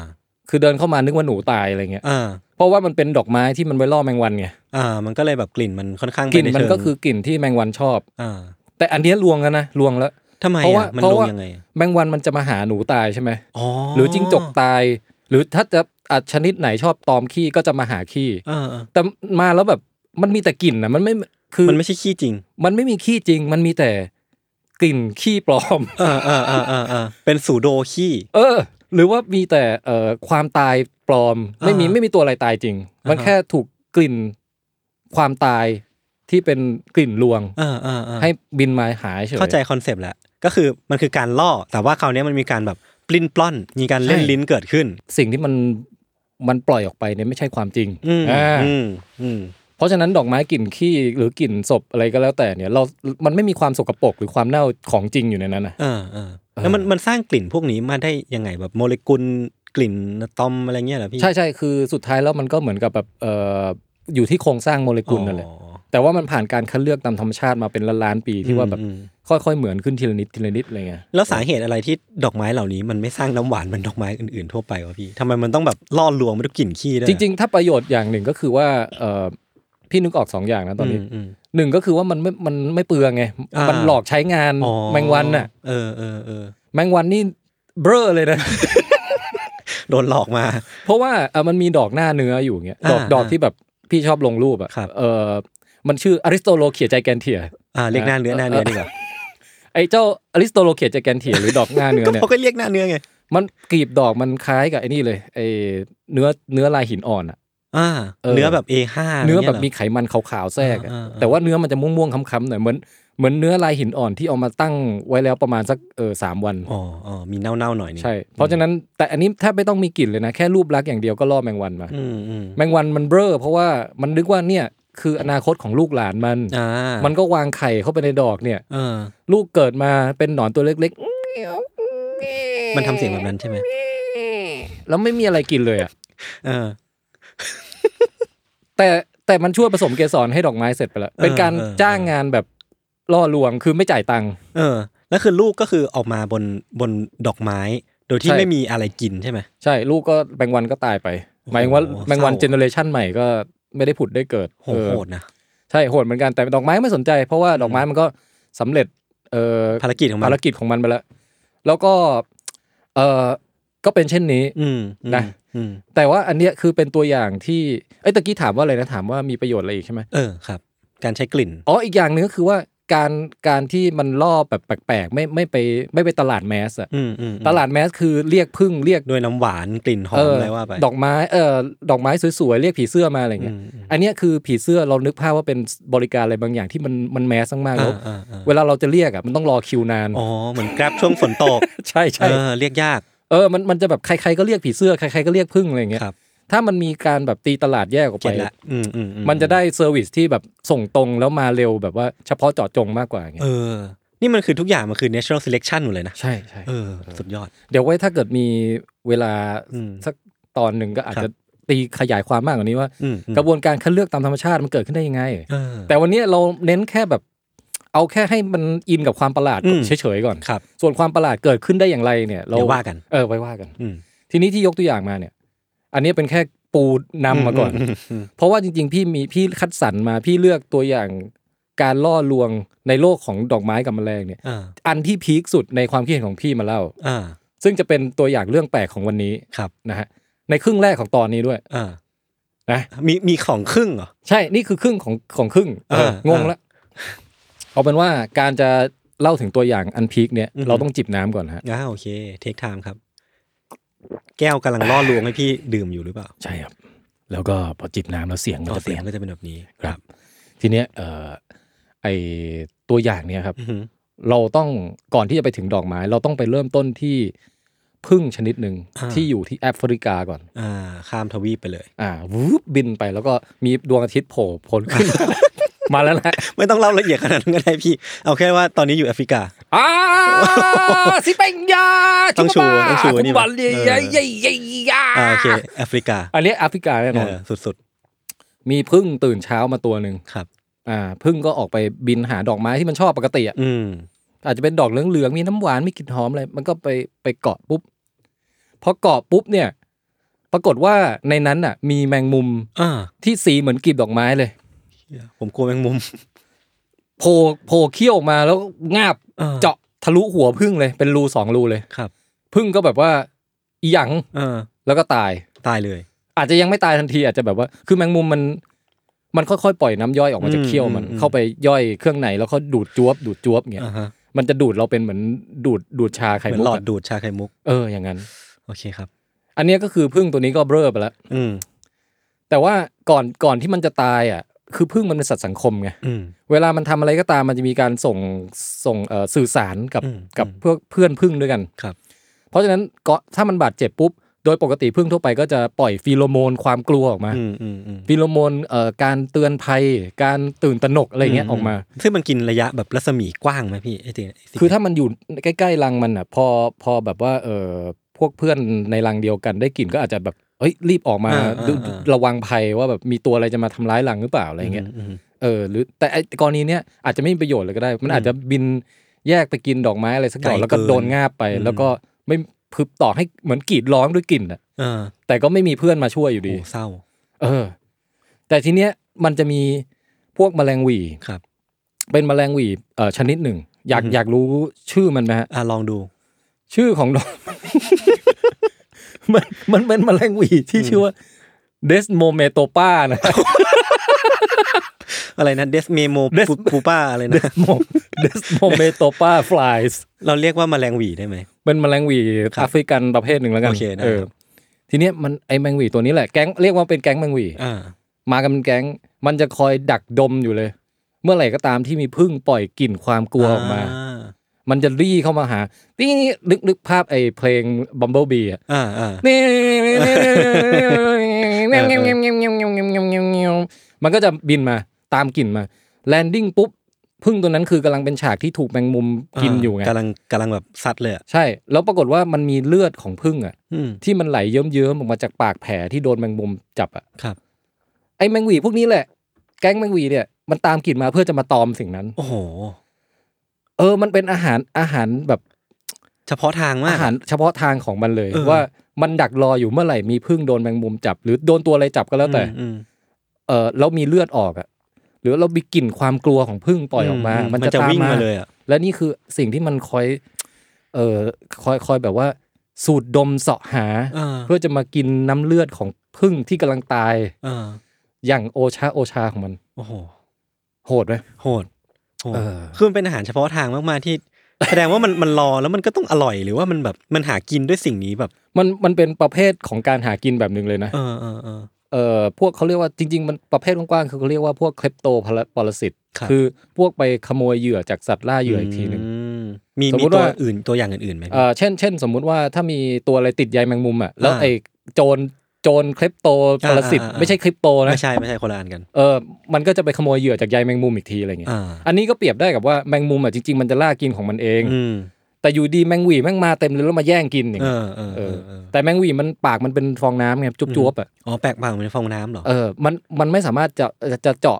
Speaker 3: คือเดินเข้ามานึกว่าหนูตายอะไรเงี้ย
Speaker 2: อ่า
Speaker 3: เพราะว่ามันเป็นดอกไม้ที่มันไว้ล่อแมงวันไง
Speaker 2: อ่า มันก็เลยแบบกลิ่นมันค่อนข้างไป
Speaker 3: กลิ่น
Speaker 2: ใเชิง
Speaker 3: มันก็คือกลิ่นที่แมงวันชอบ
Speaker 2: อ่า
Speaker 3: แต่อันเนี้ยลวงแล้วนะลวงแล้ว
Speaker 2: ทำไม
Speaker 3: เพราะว่า
Speaker 2: อ่ะมัน
Speaker 3: เพ
Speaker 2: ล
Speaker 3: ราะ
Speaker 2: ง
Speaker 3: ว่า
Speaker 2: ยังไงอะ
Speaker 3: แมงวันมันจะมาหาหนูตายใช่ไหม
Speaker 2: อ๋อ
Speaker 3: หรือจิ้งจกตาย หรือถ้าจะอัดชนิดไหนชอบตอมขี้ก็จะมาหาขี้
Speaker 2: อ่าอ่า
Speaker 3: แต่มาแล้วแบบมันมีแต่กลิ่นนะมันไม่คือ
Speaker 2: มันไม่ใช่ขี้จริง
Speaker 3: มันไม่มีขี้จริง มันมีแต่กลิ่นขี้ปลอม [laughs]
Speaker 2: อ่าอ่าอ่าอ่าอ่าเป็นสูโดขี้
Speaker 3: เออ หรือว่ามีแต่เอ่อความตายปลอม ไม่มี
Speaker 2: อ่า
Speaker 3: ไม่มีตัวอะไรตายจริง มัน
Speaker 2: อ่าฮะ
Speaker 3: แค่ถูกกลิ่นความตายที่เป็นกลิ่นลวง
Speaker 2: อ่าอ่าอ่า
Speaker 3: ให้บินมาหายเฉย
Speaker 2: เข้าใจคอนเซปต์แล้วก็คือมันคือการล่อ แต่ว่าคราวเนี้ยมันมีการแบบปลิ้นปล้อน มีการเล่น
Speaker 3: ใช่
Speaker 2: ลิ้นเกิดขึ้น
Speaker 3: สิ่งที่มันมันปล่อยออกไปเนี่ยไม่ใช่ความจริง
Speaker 2: อืม
Speaker 3: อ่า
Speaker 2: อืมอืม
Speaker 3: เพราะฉะนั้นดอกไม้กลิ่นขี้หรือกลิ่นศพอะไรก็แล้วแต่เนี่ยเรามันไม่มีความสกปรกหรือความเน่าของจริงอยู่ในนั้นนะ
Speaker 2: เอ่าอ่าแล้วมันมันสร้างกลิ่นพวกนี้มาได้ยังไงแบบโมเลกุลกลิ่นอะตอมอะไรเงี้ยเหรอพี่
Speaker 3: ใช่ใช่คือสุดท้ายแล้วมันก็เหมือนกับแบบเอ่ออยู่ที่โครงสร้างโมเลกุลนั่นแหละ
Speaker 2: อ๋อ
Speaker 3: แต่ว่ามันผ่านการคัดเลือกตามธรรมชาติมาเป็นล้านล้านๆปีที่ว่าแบบ
Speaker 2: อืม
Speaker 3: ค่อยๆเหมือนขึ้นทีละนิดทีละนิดอะไรเงี้ย
Speaker 2: แล้วสาเหตุอะไรที่ดอกไม้เหล่านี้มันไม่สร้างน้ำหวานเหมือนดอกไม้อื่นๆทั่วไปวะพี่ทำไมมันต้องแบบล่อลวงไม่ด้วยกลิ่นขี้ด้วย
Speaker 3: จริง ๆ ถ้าประโยชน์อย่างหนึ่งก็คือว่าเอ่อพี่นึกออกสองอย่างนะตอนนี้
Speaker 2: มม
Speaker 3: หนึ่งก็คือว่ามันไม่มันไม่เปลืองไง
Speaker 2: อ่ามั
Speaker 3: มันหลอกใช้งาน
Speaker 2: อ๋อ
Speaker 3: แมงวันน่ะ
Speaker 2: เออเออเออ
Speaker 3: แมงวันนี่เบ้อเลยนะ [laughs]
Speaker 2: โดนหลอกมา
Speaker 3: เพราะว่าเอ่อมันมีดอกหน้าเนื้ออยู่เงี้ยดอก
Speaker 2: อ่า
Speaker 3: ดอกที่แบบพี่ชอบลงรูปอ่ะ
Speaker 2: ครับ
Speaker 3: เออมันชื่ออริสโตโลเขียใจแกนเทีย
Speaker 2: อ่าเรียกหน้าเนื้อหน้าเนื้อดีกว่า
Speaker 3: ไอ้เจ้าอริสโตโลเขียใจแกนเทียหรือดอกหน้าเนื้อ
Speaker 2: ก็
Speaker 3: เนี่ย
Speaker 2: เขาก็เรียกหน้าเนื้อไง
Speaker 3: มันกลีบดอกมันคล้ายกับไอ้นี่เลยไอ้เนื้อเนื้อลายหินอ่อนอะ
Speaker 2: อ่า
Speaker 3: เออ
Speaker 2: เนื้อแบบ A5
Speaker 3: เนื้อ
Speaker 2: งี้ย
Speaker 3: แบบ
Speaker 2: หร
Speaker 3: มีไขมันขาวๆแทรกอะ
Speaker 2: อ่าอ่า
Speaker 3: แต่ว่าเนื้อมันจะม่วงๆค้ำๆหน่อยเหมือนเหมือนเนื้อลายหินอ่อนที่เอามาตั้งไว้แล้วประมาณสักเออสามวัน
Speaker 2: อ๋ออ๋อมีเน่าๆหน่อยนึง
Speaker 3: ใช่ เพราะฉะนั้นแต่อันนี้แทบไม่ต้องมีกลิ่นเลยนะแค่รูปลักษณ์อย่างเดียวก็ล่อแมงวันมา
Speaker 2: อืมอืม
Speaker 3: แมงวันมันเบ้อเพราะว่ามันนึกว่าเนี่ยคืออนาคตของลูกหลานมัน
Speaker 2: อ่ามั
Speaker 3: มันก็วางไข่เข้าไปในดอกเนี่ย
Speaker 2: เออ
Speaker 3: ลูกเกิดมาเป็นหนอนตัวเล็กๆอื้อ
Speaker 2: มันทำเสียงแบบนั้นใช่ไหม
Speaker 3: แล้วไม่มีอะไรกินเลยอะ
Speaker 2: เออ
Speaker 3: แต่แต่มันช่วยผสมเกสรให้ดอกไม้เสร็จไปแล้ว เป็นการ
Speaker 2: เออ
Speaker 3: จ้างงานแบบล่อลวงคือไม่จ่ายตังค์
Speaker 2: เออ แล้วคือลูกก็คือออกมาบนบนดอกไม้ โดยที่
Speaker 3: ใช่
Speaker 2: ไม่มีอะไรกินใช่ไหม
Speaker 3: ใช่ลูกก็แมงวันก็ตายไป
Speaker 2: โอ้โห
Speaker 3: หมายถึงว่า
Speaker 2: เศร้า
Speaker 3: แมงวันเจเนอเรชันใหม่ก็ไม่ได้ผุดได้เกิด
Speaker 2: โห
Speaker 3: เออ
Speaker 2: โหดนะ
Speaker 3: ใช่โหดเหมือนกันแต่ดอกไม้ไม่สนใจ เพราะว่าดอกไม้มันก็สำเร็จเอ่อ
Speaker 2: ภารกิจของมัน
Speaker 3: ภารกิจของมันไปแล้ว แล้วก็เออก็เป็นเช่นนี้
Speaker 2: อืมอืม
Speaker 3: นะ
Speaker 2: อืม
Speaker 3: แต่ว่าอันเนี้ยคือเป็นตัวอย่างที่ไอ้ยตะกี้ถามว่าอะไรนะถามว่ามีประโยชน์อะไรอีกใช่ไหม
Speaker 2: เออครับ การใช้กลิ่น
Speaker 3: อ๋ออีกอย่างหนึ่งก็คือว่าการการที่มันล่อแบบแปลกๆไม่ไม่ไปไม่ไปตลาดแมสอะ
Speaker 2: อืมอืมอืม
Speaker 3: ตลาดแมสคือเรียกพึ่งเรียก
Speaker 2: ด้วยน้ำหวานกลิ่นหอ
Speaker 3: เ
Speaker 2: มอะไรว่าไป
Speaker 3: ดอกไม้เออดอกไม้สวยๆเรียกผีเสื้อมาอะไร
Speaker 2: อื
Speaker 3: เงี้ย
Speaker 2: มอืม
Speaker 3: อันเนี้ยคือผีเสื้อเรานึกภาพว่าเป็นบริการอะไรบางอย่างที่มันมันแมสมากๆแล้ว
Speaker 2: อ่าอ่า
Speaker 3: เวลาเราจะเรียกอะมันต้องรอคิวนาน
Speaker 2: อ๋อเหมือนกราบช่วงฝนตก
Speaker 3: ใช่
Speaker 2: เอ
Speaker 3: ใช่
Speaker 2: อเรียกยาก
Speaker 3: เออมันมันจะแบบใครๆก็เรียกผีเสื้อใครๆก็เรียกพึ่งอะไรเงี้ย
Speaker 2: ครับ
Speaker 3: ถ้ามันมีการแบบตีตลาดแยกออก
Speaker 2: เก็
Speaker 3: ไป
Speaker 2: ตละอืมอืมอื
Speaker 3: มันจะได้เซอร์วิสที่แบบส่งตรงแล้วมาเร็วแบบว่าเฉพาะเจาะจงมากกว่าเงี้
Speaker 2: เอยอ นี่มันคือทุกอย่างมันคือ natural selection หมดเลยนะ
Speaker 3: ใช่ใช่
Speaker 2: เออ สุดยอด
Speaker 3: เดี๋ยวไว้ถ้าเกิดมีเวลา
Speaker 2: อืม
Speaker 3: สักตอนหนึ่งก็อาจ
Speaker 2: ครับ
Speaker 3: จะตีขยายความมากกว่านี้ว่า
Speaker 2: อืมอืม
Speaker 3: กระบวนการคัดเลือกตามธรรมชาติมันเกิดขึ้นได้ยังไง
Speaker 2: เออ
Speaker 3: แต่วันนี้เราเน้นแค่แบบ เอาแค่ให้มันอินกับความประหลาด
Speaker 2: อืม
Speaker 3: เฉยๆก่อน
Speaker 2: ครับ
Speaker 3: ส่วนความประหลาดเกิดขึ้นได้อย่างไรเนี่ยเรา
Speaker 2: เดี๋ยวว่ากัน
Speaker 3: เออไว้ว่ากัน
Speaker 2: อืม
Speaker 3: ทีนี้ที่ยกตัวอย่างมาเนี่ย อันนี้เป็นแค่ปูนำมาก่อน เพราะว่าจริงๆ พี่มีพี่คัดสรรมาพี่เลือกตัวอย่างการล่อลวงในโลกของดอกไม้กับแมลงเนี่ย
Speaker 2: อ่า
Speaker 3: อันที่พีคสุดในความคิดเห็นของพี่มาเล่า
Speaker 2: อ่า
Speaker 3: ซึ่งจะเป็นตัวอย่างเรื่องแปลกของวันนี้
Speaker 2: ครับ
Speaker 3: นะฮะในครึ่งแรกของตอนนี้ด้วย
Speaker 2: อ่า
Speaker 3: นะ
Speaker 2: มีมีของครึ่งเหรอ
Speaker 3: ใช่นี่คือครึ่งของของครึ่งเออ
Speaker 2: เออง
Speaker 3: งละเอาเป็นว่าการจะเล่าถึงตัวอย่างอันพีคเนี่ย
Speaker 2: อือฮึ
Speaker 3: เราต้องจิบน้ำก่อนฮะ
Speaker 2: อ่าโอเค เทคไทม์ครับ แก้วกำลังล่อลวงให้พี่ดื่มอยู่หรือเปล่า
Speaker 3: ใช่ครับ แล้วก็พอจิบน้ำแล้วเสียงมัน
Speaker 2: อ๋อ
Speaker 3: จะเป
Speaker 2: เสี
Speaker 3: ลี่
Speaker 2: ย
Speaker 3: ย
Speaker 2: ง
Speaker 3: น
Speaker 2: ก็จะเป็นแบบนี้
Speaker 3: ครับ ทีเนี้ยเอ่อไอตัวอย่างเนี่ยครับ
Speaker 2: อือหือ
Speaker 3: เราต้องก่อนที่จะไปถึงดอกไม้ เราต้องไปเริ่มต้นที่พึ่งชนิดหนึ่งที่อยู่ที่แอฟริกาก่อน
Speaker 2: อ่า ข้ามทวีปไปเลย
Speaker 3: อ่าวูบบินไปแล้วก็มีดวงอาทิตย์โผล่พ้นขึ้น มาแล้วแหละ
Speaker 2: ไม่ต้องเล่าละเอียดขนาดนั้นก็ได้พี่ เอาแค่ว่าตอนนี้อยู่แอฟริกา
Speaker 3: อ่าสิเป็นยา
Speaker 2: ต้องชูต้องชูนี่
Speaker 3: นี่
Speaker 2: มั้
Speaker 3: บอย ลเลย
Speaker 2: เออ
Speaker 3: ยยยยา
Speaker 2: อ่าโอเค แอฟริกา
Speaker 3: อันนี้แอฟริกาแน่นอน
Speaker 2: เออสุด
Speaker 3: มีพึ่งตื่นเช้ามาตัวหนึ่ง
Speaker 2: ๆ ครับ
Speaker 3: อ่าพึ่งก็ออกไปบินหาดอกไม้ที่มันชอบปกติอ่ะ
Speaker 2: อืม
Speaker 3: อาจจะเป็นดอกเหลืองๆมีน้ำหวานมีกลิ่นหอมอะไรมันก็ไปไปเกาะปุ๊บพอเกาะปุ๊บเนี่ย ปรากฏว่าในนั้นอ่ะ มีแมงมุม
Speaker 2: อ่า
Speaker 3: ที่สีเหมือนกลีบดอกไม้เลย
Speaker 2: ผมกลัวแมงมุม
Speaker 3: โผล่โผล่เขี้ยวออกมาแล้วงาบ
Speaker 2: อ่า
Speaker 3: เจาะทะลุหัวพึ่งเลย เป็นรูสองรูเลย
Speaker 2: ครับ
Speaker 3: พึ่งก็แบบว่าอีหยัง
Speaker 2: เออ
Speaker 3: แล้วก็ตาย
Speaker 2: ตายเลย
Speaker 3: อาจจะยังไม่ตายทันทีอาจจะแบบว่า คือแมงมุมมันมันค่อยๆปล่อยน้ำย่อยออกมาจาก
Speaker 2: อืม
Speaker 3: เขี้ยวมัน
Speaker 2: อืมอืม
Speaker 3: เข้าไปย่อยเครื่องในแล้วก็ดูดจวบดูดจวบเงี้ย
Speaker 2: อ่าฮะ
Speaker 3: มันจะดูดเราเป็นเหมือนดูดดูดชาไข่
Speaker 2: เหมือ
Speaker 3: มุก
Speaker 2: นหลอด
Speaker 3: อะ
Speaker 2: ดูดชาไข่มุก
Speaker 3: เอออย่างนั้น
Speaker 2: โอเคครับ
Speaker 3: อันเนี้ยก็คือพึ่งตัวนี้ก็เบ้อไปแล้ว
Speaker 2: อืม
Speaker 3: แต่ว่าก่อนก่อนที่มันจะตายอ่ะ คือพึ่งมันเป็นสัตว์สังคมไง
Speaker 2: อืม
Speaker 3: เวลามันทำอะไรก็ตามมันจะมีการส่งส่งเอ่อสื่อสารกับ
Speaker 2: อืม
Speaker 3: กับ
Speaker 2: อืม
Speaker 3: เพื่อเพื่อนพึ่งด้วยกัน
Speaker 2: ครับ
Speaker 3: เพราะฉะนั้นก็ถ้ามันบาดเจ็บปุ๊บโดยปกติพึ่งทั่วไปก็จะปล่อยฟีโรโมนความกลัวออกมา
Speaker 2: อืมอืมอืม
Speaker 3: ฟีโรโมนเอ่อการเตือนภัย การตื่นตระหนกอะไรเงี้ยออกมา
Speaker 2: ซึ่งมันกินระยะแบบรัศมีกว้างไหมพี่ไอ้ติงไสิ่ง
Speaker 3: คือถ้ามันอยู่ใกล้ ๆ รังมันอ่ะ พอพอแบบว่าเออพวกเพื่อนในรังเดียวกันได้กลิ่นก็อาจจะแบบเฮ้ยรีบออกมาดูระวังภัยว่าแบบมีตัวอะไรจะมาทำร้ายรังหรือเปล่าอะไรเงี้ย
Speaker 2: มม
Speaker 3: เออหรือแต่ไอ้กรณีเนี้ยอาจจะไม่มีประโยชน์เลยก็ได้ มันอาจจะบินแยกไปกินดอกไม้อะไรสักดอกแล้วก็โดนงาบไป แล้วก็ไม่พึบต่อให้เหมือนกรีดร้องด้วยกลิ่นอ่ะ
Speaker 2: เออ
Speaker 3: แต่ก็ไม่มีเพื่อนมาช่วยอยู่
Speaker 2: โอ้
Speaker 3: ดี
Speaker 2: เศร้า
Speaker 3: เออ แต่ทีเนี้ยมันจะมีพวกแมลงหวี
Speaker 2: ครับ
Speaker 3: เป็นแมลงหวีเอ่อชนิดหนึ่ง อยากอยากรู้ชื่อมันไหมฮะ
Speaker 2: อ่าลองดู
Speaker 3: ชื่อของ [laughs] ดอก มันมันเป็นแมลงหวีที่ชื่อว่าเดสโมเมโตปานะ [laughs]
Speaker 2: อะไรนะเดสเมโม
Speaker 3: Des-
Speaker 2: ปูป้าอะไร
Speaker 3: เด
Speaker 2: นะ
Speaker 3: สโมเดสโมเมโตปาฟลายส์
Speaker 2: เราเรียกว่าแมลงหวีได้ไหม
Speaker 3: เป็นแมลงหวี
Speaker 2: ครับ
Speaker 3: แอฟริกันประเภทหนึ่งแล้วกัน
Speaker 2: โอเคได้ครับ
Speaker 3: เออทีเนี้ยมันไอแมลงหวีตัวนี้แหละแก๊งเรียกว่าเป็นแก๊งแมลงหวี
Speaker 2: อ่า
Speaker 3: มากันเป็นแก๊ง มันจะคอยดักดมอยู่เลย เมื่อไหร่ก็ตามที่มีพึ่งปล่อยกลิ่นความกลัวออกมา มันจะรี่เข้ามาหา นี่นี่นึกนึกภาพไอ้เพลง Bumble Bee อ่ะ
Speaker 2: อ่าอ่า
Speaker 3: นี่ [laughs] มันก็จะบินมาตามกลิ่นมาแลนดิ้งปุ๊บพึ่งตัวนั้นคือกำลังเป็นฉากที่ถูกแมงมุมกินอยู่ไง
Speaker 2: ากำลังกำลังแบบซัดเลยอ่ะ
Speaker 3: ใช่ แล้วปรากฏว่ามันมีเลือดของพึ่งอ่ะ
Speaker 2: อืม
Speaker 3: ที่มันไหลเยิ้มๆออกมาจากปากแผลที่โดนแมงมุมจับอ่ะ
Speaker 2: ครับ
Speaker 3: ไอ้แมงหวีพวกนี้แหละ แก๊งแมงหวีเนี่ย มันตามกลิ่นมาเพื่อจะมาตอมสิ่งนั้น
Speaker 2: โอ้โห
Speaker 3: เออ มันเป็นอาหารอาหารแบบ
Speaker 2: เฉพาะทางมาก
Speaker 3: อาหารเฉพาะทางของมันเลย
Speaker 2: เออ
Speaker 3: ว่ามันดักรออยู่เมื่อไหร่มีพึ่งโดนแมงมุมจับ หรือโดนตัวอะไรจับก็แล้วแต่
Speaker 2: อืม
Speaker 3: เออแล้วมีเลือดออกอ่ะหรือเรามีกลิ่นความกลัวของพึ่งปล่อยออกมา
Speaker 2: ม
Speaker 3: มัน
Speaker 2: มัน
Speaker 3: จะ
Speaker 2: จะ
Speaker 3: ตาม
Speaker 2: วิ่ง
Speaker 3: มา
Speaker 2: มาเลยอ่ะ
Speaker 3: และนี่คือสิ่งที่มันคอย เออคอยคอยแบบว่า สูดดมเสาะหา
Speaker 2: เออ
Speaker 3: เพื่อจะมากินน้ำเลือดของพึ่งที่กำลังตาย
Speaker 2: อ่า
Speaker 3: อย่างโอชาโอชาของมัน
Speaker 2: โอ้โห
Speaker 3: โหดไหม
Speaker 2: โหดโหด
Speaker 3: เออ
Speaker 2: คือมันเป็นอาหารเฉพาะทางมากๆที่ [laughs] แสดงว่ามันมันรอแล้วมันก็ต้องอร่อยหรือว่ามันแบบมันหากินด้วยสิ่งนี้แบบ
Speaker 3: มันมันเป็นประเภทของการหากินแบบหนึ่งเลยนะ
Speaker 2: เออเออเออ
Speaker 3: เออพวกเขาเรียกว่าจริง ๆ มันประเภทกว้างๆคือเขาเรียกว่าพวกคลปโตปรสิต
Speaker 2: ครับ
Speaker 3: คือพวกไปขโมยเหยื่อจากสัตว์ล่าเหยื่ออีกทีหนึ่ง
Speaker 2: มมี
Speaker 3: สม
Speaker 2: มี
Speaker 3: มุติ
Speaker 2: ตัว
Speaker 3: ว่า
Speaker 2: อื่นตัวอย่างอื่นๆไหมพี่
Speaker 3: เอ่อเช่นเช่น สมมุติว่าถ้ามีตัวอะไรติดใยแมงมุมอ่ะแล้ว
Speaker 2: อ่า
Speaker 3: ไอ้โจรโจรคลิปโตปรสิต
Speaker 2: อ่าอ่าอ่า
Speaker 3: ไม่ใช่คลิปโตนะ
Speaker 2: ไม่ใช่ไม่ใช่คนละอันกัน
Speaker 3: เออมันก็จะไปขโมยเหยื่อจากใยแมงมุมอีกทีอะไรเงี้ย
Speaker 2: อ่า
Speaker 3: อันนี้ก็เปรียบได้กับว่าแมงมุมอ่ะจริงๆมันจะล่ากินของมันเอง
Speaker 2: อืม
Speaker 3: แต่อยู่ดีแมงหวีแม่งมาเต็มเลยแล้วมาแย่งกินอย่าง
Speaker 2: เอ
Speaker 3: เงี้ย
Speaker 2: อเออ
Speaker 3: เอ
Speaker 2: เอ
Speaker 3: อ
Speaker 2: อเออ
Speaker 3: แต่แมงหวีมันปากมันเป็นฟองน้ำไงจุ๊บๆอ่ะ
Speaker 2: อ๋อแปลกปากเหมือนฟองน้ำเหรอ
Speaker 3: เออมันมันไม่สามารถจะจะจะเจาะ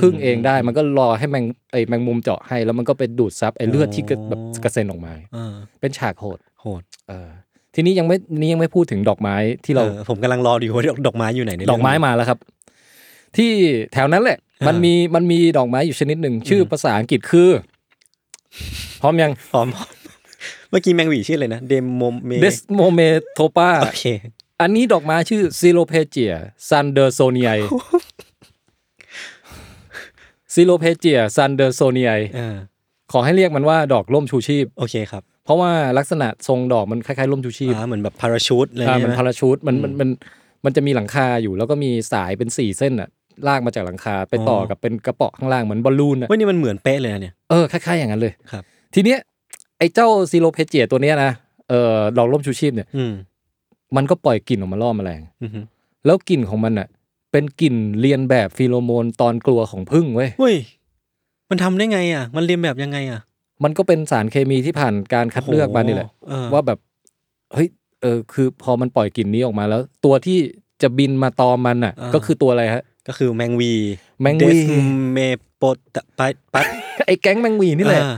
Speaker 3: พึ่งเองได้ มันก็รอให้แมงไอแมงมุมเจาะให้ แล้วมันก็ไปดูดซับไอเลือดที่กระแบบกระเซ็นออกมา
Speaker 2: เออ
Speaker 3: เป็นฉากโหด
Speaker 2: โหด
Speaker 3: เออทีนี้ยังไม่นี่ยังไม่พูดถึงดอกไม้ที่เรา
Speaker 2: เออผมกำลังรออยู่ว่าดอกดอกไม้อยู่ไหนในเรื่
Speaker 3: ด
Speaker 2: ง
Speaker 3: อกไม้
Speaker 2: นี้
Speaker 3: มาแล้วครับ ที่แถวนั้นแหละ
Speaker 2: อ่ามั
Speaker 3: มันมีมันมีดอกไม้อยู่ชนิดหนึ่ง ชื่อภาษาอังกฤษคือ พร้อมยัง
Speaker 2: พร้อม [laughs] เมื่อกี้แมงหวีชื่ออะไรนะเดมโมเม
Speaker 3: d e s m o m e t o p a
Speaker 2: [laughs] โอเค
Speaker 3: อันนี้ดอกไม้ชื่อ c y l o p e g i a s a n d e r s o n i a
Speaker 2: [laughs]
Speaker 3: c y l o p e g i a s a n d e r s o n i a
Speaker 2: เออ
Speaker 3: ขอให้เรียกมันว่าดอกล่มชูชีพ
Speaker 2: โอเคครับ
Speaker 3: เพราะว่าลักษณะทรงดอกมันคล้ายๆล่มชูชีพ
Speaker 2: อ่าเหมือนแบบพาราชูตอะไร
Speaker 3: อ่า
Speaker 2: ใช่
Speaker 3: มัน
Speaker 2: ไหม
Speaker 3: พาราชูตมันมันมันมันจะมีหลังคาอยู่ แล้วก็มีสายเป็นสี่เส้นอ่ะลากมาจากหลังคาไปต่อกับเป็นกระเป๋อข้างล่างเหมือนบอลลูนอ่ะ
Speaker 2: ว่านี่มันเหมือนเป๊ะเลยนะเนี่ย
Speaker 3: เออคล้ายๆอย่างนั้นเลย
Speaker 2: ครับ
Speaker 3: ทีเนี้ยไอ้เจ้าซีโรเพเจียตัวเนี้ยนะเออดอกร่มชูชีพเนี่ย
Speaker 2: อืม
Speaker 3: มันก็ปล่อยกลิ่นออกมาล่อแมลง
Speaker 2: อือฮึ
Speaker 3: แล้วกลิ่นของมันอ่ะเป็นกลิ่นเรียนแบบฟีโรโมนตอนกลัวของผึ้งเว้ย
Speaker 2: เฮ้ย มันทำได้ไงอ่ะ มันเรียนแบบยังไงอ่ะ
Speaker 3: มันก็เป็นสารเคมีที่ผ่านการคัดเลือกมานี่แหละ
Speaker 2: โอ้โเออ
Speaker 3: ว่าแบบเฮ้ยเออคือพอมันปล่อยกลิ่นนี้ออกมาแล้ว ตัวที่จะบินมาตอมมันอ่ะ ก็คือตัวอะไรฮะ
Speaker 2: ก็คือแมงวี
Speaker 3: แมงวี
Speaker 2: เม โปดตะไปปัด
Speaker 3: ไอ้แก๊งแมงหวีนี่แหละ
Speaker 2: อ่า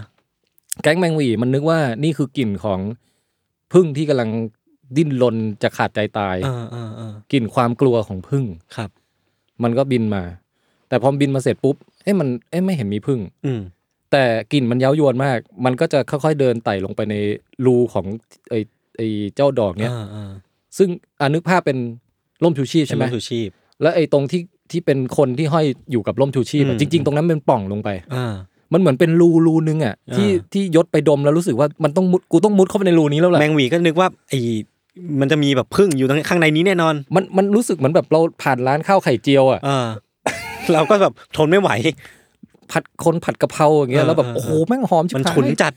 Speaker 3: แก๊งแมงหวีมันนึกว่านี่คือกลิ่นของพึ่งที่กำลังดิ้นรนจะขาดใจตาย
Speaker 2: อ่าอ่าอ่าก
Speaker 3: ลิ่นความกลัวของพึ่ง
Speaker 2: ครับ
Speaker 3: มันก็บินมา แต่พอบินมาเสร็จปุ๊บเอ้มันเอ้ไม่เห็นมีพึ่ง
Speaker 2: อืม
Speaker 3: แต่กลิ่นมันเย้ายวนมาก มันก็จะค่อยๆเดินไต่ลงไปในรูของไอ้ไอ้เจ้าดอกเนี้ย
Speaker 2: อ่าอ่า
Speaker 3: ซึ่งอานึกภาพเป็นร่มชูชีพ
Speaker 2: ใช่
Speaker 3: ใช่
Speaker 2: ไห
Speaker 3: ไห
Speaker 2: ม
Speaker 3: ม
Speaker 2: ชูชีพ
Speaker 3: แล้วไอ้ตรงที่ที่เป็นคนที่ห้อยอยู่กับร่มชูชีพอะ
Speaker 2: อืม
Speaker 3: จริง ๆ ตรงนั้นเป็นปล่องลงไป
Speaker 2: อ่า
Speaker 3: มันเหมือนเป็นรูรูนึงอ่ะที่
Speaker 2: อ่า
Speaker 3: ที่ยศไปดมแล้วรู้สึกว่ามันต้องมุดกูต้องมุดเข้าไปในรูนี้แล้วแหละ
Speaker 2: แมงหวีก็นึกว่าไอ้มันจะมีแบบพึ่งอยู่ตรงข้างในนี้แน่นอน
Speaker 3: มันมันรู้สึกเหมือนแบบเราผ่านร้านข้าวไข่เจียวอ่ะ
Speaker 2: อ่า เราก็แบบทนไม่ไหว
Speaker 3: ผัดคนผัดกะเพราอย่างเงี้ย
Speaker 2: อ่า
Speaker 3: แล้วแบบ
Speaker 2: อ่า
Speaker 3: โอ้โหแม่งหอมชิบ
Speaker 2: มัน
Speaker 3: หาย
Speaker 2: ฉุนจัด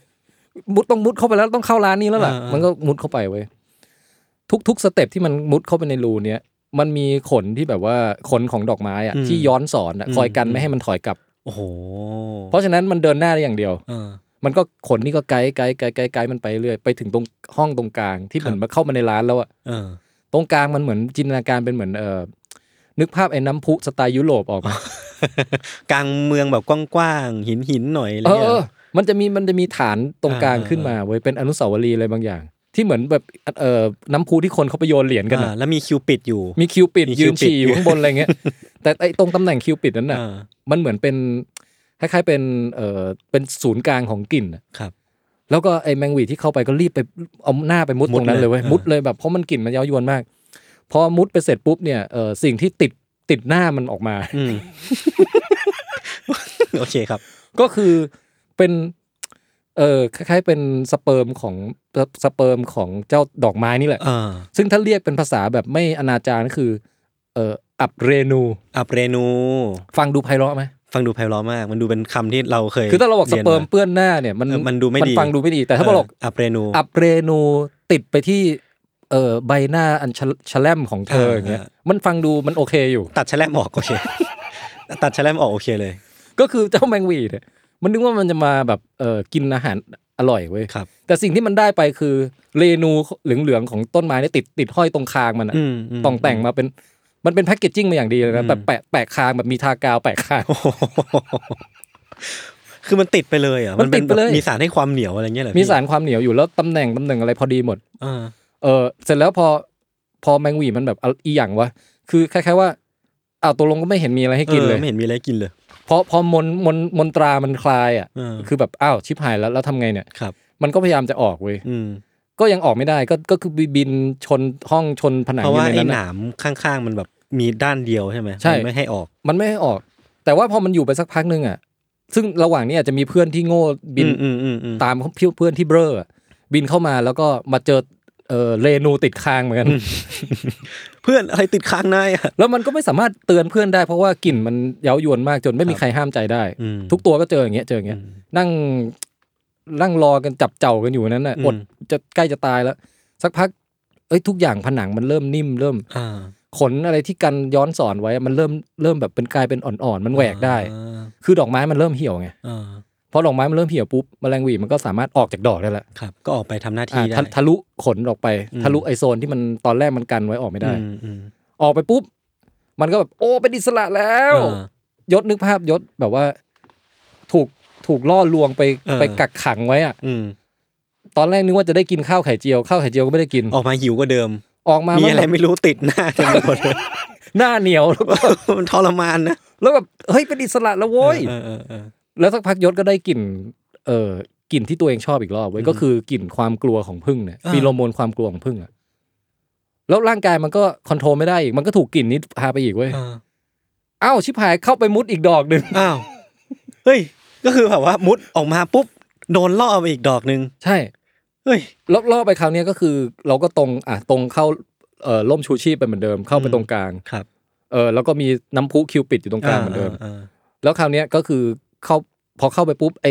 Speaker 3: มุดต้องมุดเข้าไปแล้วต้องเข้าร้านนี้แล้วล่ะ
Speaker 2: อ่าอ่ามั
Speaker 3: มันก็มุดเข้าไปเว้ยทุกทุกสเต็ปที่มันมุดเข้าไปในรูเนี้ยมันมีขนที่แบบว่าขนของดอกไม้อ่ะที่ย้อนสอนอะคอยกันไม่ให้มันถอยกลับ
Speaker 2: โอ้โห
Speaker 3: เพราะฉะนั้นมันเดินหน้าได้อย่างเดียว
Speaker 2: เออ
Speaker 3: มันก็ขนนี่ก็ไกด์ไกด์ไกด์ไกด์ไกด์มันไปเรื่อยไปถึงตรงห้องตรงกลางที่เหมือนมาเข้ามาในร้านแล้วอะ
Speaker 2: เอ [laughs] อ
Speaker 3: ตรงกลางมันเหมือนจินตนาการเป็นเหมือนเออนึกภาพไอ้น้ำพุสไตล์ยุโรปออกมาก
Speaker 2: ลางเมืองแบบกว้างๆหินหินๆหน่อยอะไร
Speaker 3: เออ
Speaker 2: [laughs] เงี้
Speaker 3: เอย อมันจะมีมันจะมีฐานตรงกลาง
Speaker 2: อ่า
Speaker 3: ขึ้นมาเว้ยเป็นอนุสาวรีย์อะไรบางอย่าง ที่เหมือนแบบเออน้ำพุที่คนเขาไปโยนเหรียญกัน
Speaker 2: อ่า
Speaker 3: อะ
Speaker 2: แล้วมีคิวปิดอยู่
Speaker 3: มีคิวปิด
Speaker 2: มีคิ
Speaker 3: ยื
Speaker 2: วน ปิด
Speaker 3: ฉี่อ
Speaker 2: อยู่
Speaker 3: ยู่ข้างบนอะไร
Speaker 2: [laughs]
Speaker 3: เงี้ย แต่ไอ้ตรงตำแหน่งคิวปิดนั้นน่ะ
Speaker 2: อ่า
Speaker 3: มันเหมือนเป็นคล้ายๆเป็นเออเป็นศูนย์กลางของกลิ่นอะ
Speaker 2: ครับ
Speaker 3: แล้วก็ไอ้แมงหวีที่เข้าไปก็รีบไปเอาหน้าไปมุด
Speaker 2: มุ
Speaker 3: ต
Speaker 2: ด
Speaker 3: รงนั้นเลยเว้ย
Speaker 2: เลยอ่า
Speaker 3: มุดเลยแบบเพราะมันกลิ่นมันเย้ายวนมาก พอมุดไปเสร็จปุ๊บเนี่ยเออสิ่งที่ติดติดหน้ามันออกมา
Speaker 2: อืม [laughs] โอเคครับ
Speaker 3: ก็คือเป็นเออคล้ายๆเป็นสเปิร์มของสเปิร์มของเจ้าดอกไม้นี่แหละ
Speaker 2: อ่า
Speaker 3: ซึ่งถ้าเรียกเป็นภาษาแบบไม่อนาจารก็คือเอออับเรนู
Speaker 2: อับเรนู
Speaker 3: ฟังดูไพเราะไหม
Speaker 2: ฟังดูไพเราะมาก มันดูเป็นคำที่เราเคย
Speaker 3: คือถ้าเราบอกส
Speaker 2: ยน
Speaker 3: เปิร์มเปื้อนหน้าเนี่ยมัน
Speaker 2: เออมันดูไม่ดี
Speaker 3: ฟังดูไม่ดีแต่ถ้าเราบอก
Speaker 2: เอับเรนู
Speaker 3: อับเรนูติดไปที่เอ่อใบหน้าอันชะชะแลมของเธออย่างเงี้ยมันฟังดูมันโอเคอยู่
Speaker 2: ตัดแฉลมออกโอ
Speaker 3: [laughs]
Speaker 2: เค ตัดแฉลมออกโอเคเลย
Speaker 3: ก็คือเจ้าแมงห [laughs] วีเนี่ยมันนึกว่ามันจะมาแบบเอ่อกินอาหารอร่อยเว้ย
Speaker 2: ครับ
Speaker 3: แต่สิ่งที่มันได้ไปคือเรนูเหลืองๆของต้นไม้เนี่ยติดติดห้อยตรงคางมันอะ
Speaker 2: อืมม
Speaker 3: ต่องแต่งมาเป็นมันเป็นแพ็กเกจจิ้งมาอย่างดีเลยนะ
Speaker 2: อืม
Speaker 3: แบบแปะแปะคางแบบมีทากาวแปะคาง
Speaker 2: โอ้โหคือมันติดไปเลยเหรอ่ะ
Speaker 3: มันติดไปเลย
Speaker 2: มีสารให้ความเหนียวอะไรเงี้ยเหรอ
Speaker 3: มี
Speaker 2: พี่
Speaker 3: สารความเหนียวอยู่แล้วตำแหน่งตำแหน่งอะไรพอดีหมด
Speaker 2: อ่า
Speaker 3: เออเสร็จแล้วพอพอแมงหวีมันแบบอะอีหยังวะคือคล้ายๆว่าอ้าวตกลงก็ไม่เห็นมีอะไรให้กินเลย
Speaker 2: ออไม่เห็นมีอะไรให้กินเลย
Speaker 3: พอพอมนมนมนตรามันคลายอ่ะ
Speaker 2: เออ
Speaker 3: คือแบบอ้าวชิบหายแล้วแล้วทำไงเนี่ย
Speaker 2: ครับ
Speaker 3: มันก็พยายามจะออกเว้ย
Speaker 2: อืม
Speaker 3: ก็ยังออกไม่ได้ก็ก็คือบินชนห้องชนผนัง
Speaker 2: เพราะ
Speaker 3: อยู่
Speaker 2: ว่า
Speaker 3: ใน
Speaker 2: ไอ้
Speaker 3: นั้น
Speaker 2: ห
Speaker 3: อะ
Speaker 2: นามข้างๆมันแบบมีด้านเดียวใช่ไหม
Speaker 3: ใช่
Speaker 2: มันไม่ให้ออก
Speaker 3: มันไม่ให้ออก แต่ว่าพอมันอยู่ไปสักพักหนึงอ่ะ ซึ่งระหว่างนี้อาจจะมีเพื่อนที่โง่บิน
Speaker 2: อืมอืมอืม
Speaker 3: ตามเพื่อนเพื่อนที่เบ้ออะบินเข้ามาแล้วก็มาเจอเออเรนูติดคางเหมือนกัน
Speaker 2: เพื่อนอะไรติดค้างนายอ่ะ
Speaker 3: แล้วมันก็ไม่สามารถเตือนเพื่อนได้เพราะว่ากลิ่นมันเย้ายวนมากจนไม่มีใครห้ามใจได้
Speaker 2: อืม
Speaker 3: ทุกตัวก็เจออย่างเงี้ยเจออย่างเงี้ย นั่งนั่งรอกันจับเจ้ากันอยู่นั้นน่ะ
Speaker 2: อืม
Speaker 3: อดจะใกล้จะตายแล้ว สักพัก เอ้ยทุกอย่างผนังมันเริ่มนิ่มเริ่ม
Speaker 2: อ่า
Speaker 3: ขนอะไรที่กันย้อนสอนไว้อะมันเริ่มเริ่มแบบเป็นกลายเป็นอ่อนๆ มันแหวกได้
Speaker 2: อ่า
Speaker 3: คือดอกไม้มันเริ่มเหี่ยวไง
Speaker 2: อ่า
Speaker 3: พอดอกไม้มันเริ่มเหี่ยวปุ๊บแมลงหวีมันก็สามารถออกจากดอกได้แล้ว
Speaker 2: ครับ ก็ออกไปทำหน้า
Speaker 3: อ่ะ
Speaker 2: ที่ได้
Speaker 3: ทะทะลุขนออกไป
Speaker 2: อืม
Speaker 3: ทะลุไอโซนที่มันตอนแรกมันกันไว้ออกไม่ได้
Speaker 2: อืมอืม
Speaker 3: ออกไปปุ๊บ มันก็แบบโอ้เป็นอิสระแล้ว
Speaker 2: อ่า
Speaker 3: ยศนึกภาพยศแบบว่า ถูกถูกล่อลวงไป
Speaker 2: เออ
Speaker 3: ไปกักขังไว้อะ
Speaker 2: อืม
Speaker 3: ตอนแรกนึกว่าจะได้กินข้าวไข่เจียวข้าวไข่เจียวก็ไม่ได้กิน
Speaker 2: ออกมาหิวกว่าเดิม
Speaker 3: ออกมา
Speaker 2: มี
Speaker 3: มี
Speaker 2: อะไรไม่รู้ติดหน้าเต็มไปหมดเลย
Speaker 3: หน้าเหนียว แล้วก็
Speaker 2: มันทรมานนะ
Speaker 3: แล้วแบบเฮ้ยเป็นอิสระแล้วโว้ย
Speaker 2: เออเออเออ
Speaker 3: แล้วสักพักยศก็ได้กลิ่นเอ่อกลิ่นที่ตัวเองชอบอีกรอบเว้ยก็คือกลิ่นความกลัวของพึ่งเนี่ย
Speaker 2: อ่า
Speaker 3: ฟีโรโมนความกลัวของพึ่งอะแล้วร่างกายมันก็คอนโทรลไม่ได้อีกมันก็ถูกกลิ่นนี้พาไปอีกเว้ย
Speaker 2: อ่า
Speaker 3: เอ้าวชิบหายเข้าไปมุดอีกดอกหนึ่ง
Speaker 2: อ้าวเฮ้ย ก็คือแบบว่ามุดออกมาปุ๊บโดนล่อไปอีกดอกหนึ่ง
Speaker 3: ใช่
Speaker 2: เฮ้ย
Speaker 3: รอบๆไปคราวเนี้ยก็คือ เราก็ตรงอ่ะตรงเข้าเอ่อล่มชูชีพไปเหมือนเดิมเข้าไป
Speaker 2: อืม
Speaker 3: ตรงกลาง
Speaker 2: ครับ
Speaker 3: เออแล้วก็มีน้ำพุคิวปิดอยู่ตรงกลางเหมือนเดิม
Speaker 2: อ่า
Speaker 3: แล้วคราวเนี้ยก็คือเข้าพอเข้าไปปุ๊บไอ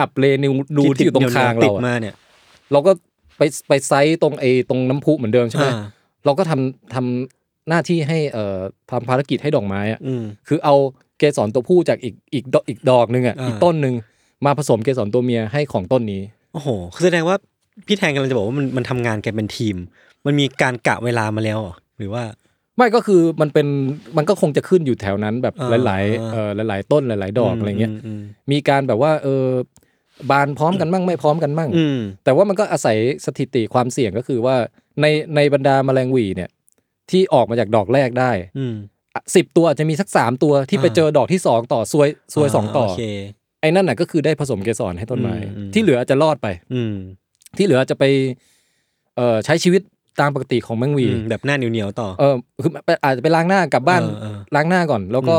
Speaker 3: อับเลนิวดูที่อยู่ตรงคาง
Speaker 2: ติ
Speaker 3: เรา
Speaker 2: ด
Speaker 3: อะ
Speaker 2: มาเนี่ย
Speaker 3: เราก็ไปไปไซต์ตรงไอตรงน้ำพุเหมือนเดิมใช่ไหม
Speaker 2: อ่า
Speaker 3: เราก็ทำทำหน้าที่ให้เอ่อทำภารกิจให้ดอกไม้อะ
Speaker 2: อืม
Speaker 3: คือเอาเกสรตัวผู้จากอีกอีกดอกอีกดอกหนึ่งอ่ะ
Speaker 2: อ่า
Speaker 3: อีกต้นหนึ่งมาผสมเกสรตัวเมียให้ของต้นนี้
Speaker 2: โอ้โหคือแสดงว่าพี่แทนกำลังจะบอกว่ามันมันทำงานกันเป็นทีม มันมีการกะเวลามาแล้วเหรอหรือว่า
Speaker 3: ไม่ก็คือมันเป็นมันก็คงจะขึ้นอยู่แถวนั้นแบบ
Speaker 2: อ่า
Speaker 3: หลายๆเอ่อหลาย ๆ ต้นหลาย ๆ ดอกอะไรเงี้ย
Speaker 2: มม
Speaker 3: มีการแบบว่าเออบานพร้อมกันมั่งไม่พร้อมกันมั่ง
Speaker 2: อืม
Speaker 3: แต่ว่ามันก็อาศัยสถิติความเสี่ยงก็คือว่าในในบรรดาแมลงหวีเนี่ยที่ออกมาจากดอกแรกได้
Speaker 2: อืม
Speaker 3: สิบตัวอาจจะมีสักสามตัวที่ไป
Speaker 2: อ่า
Speaker 3: เจอดอกที่สองต่อซวยซวยสองต่อ
Speaker 2: โเค
Speaker 3: ไอ้นั่นน่ะก็คือได้ผสมเกสรให้ต้นไม้
Speaker 2: อืม
Speaker 3: ที่เหลืออาจจะรอดไป
Speaker 2: อืม
Speaker 3: ที่เหลือจะไปเอ่อใช้ชีวิตตามปกติของแมงวี
Speaker 2: อืมแบบหน้าเหนียวๆต่อ
Speaker 3: เออคือไปอาจจะไปล้างหน้ากลับบ้าน
Speaker 2: เออเออ
Speaker 3: ล้างหน้าก่อน แล้วก็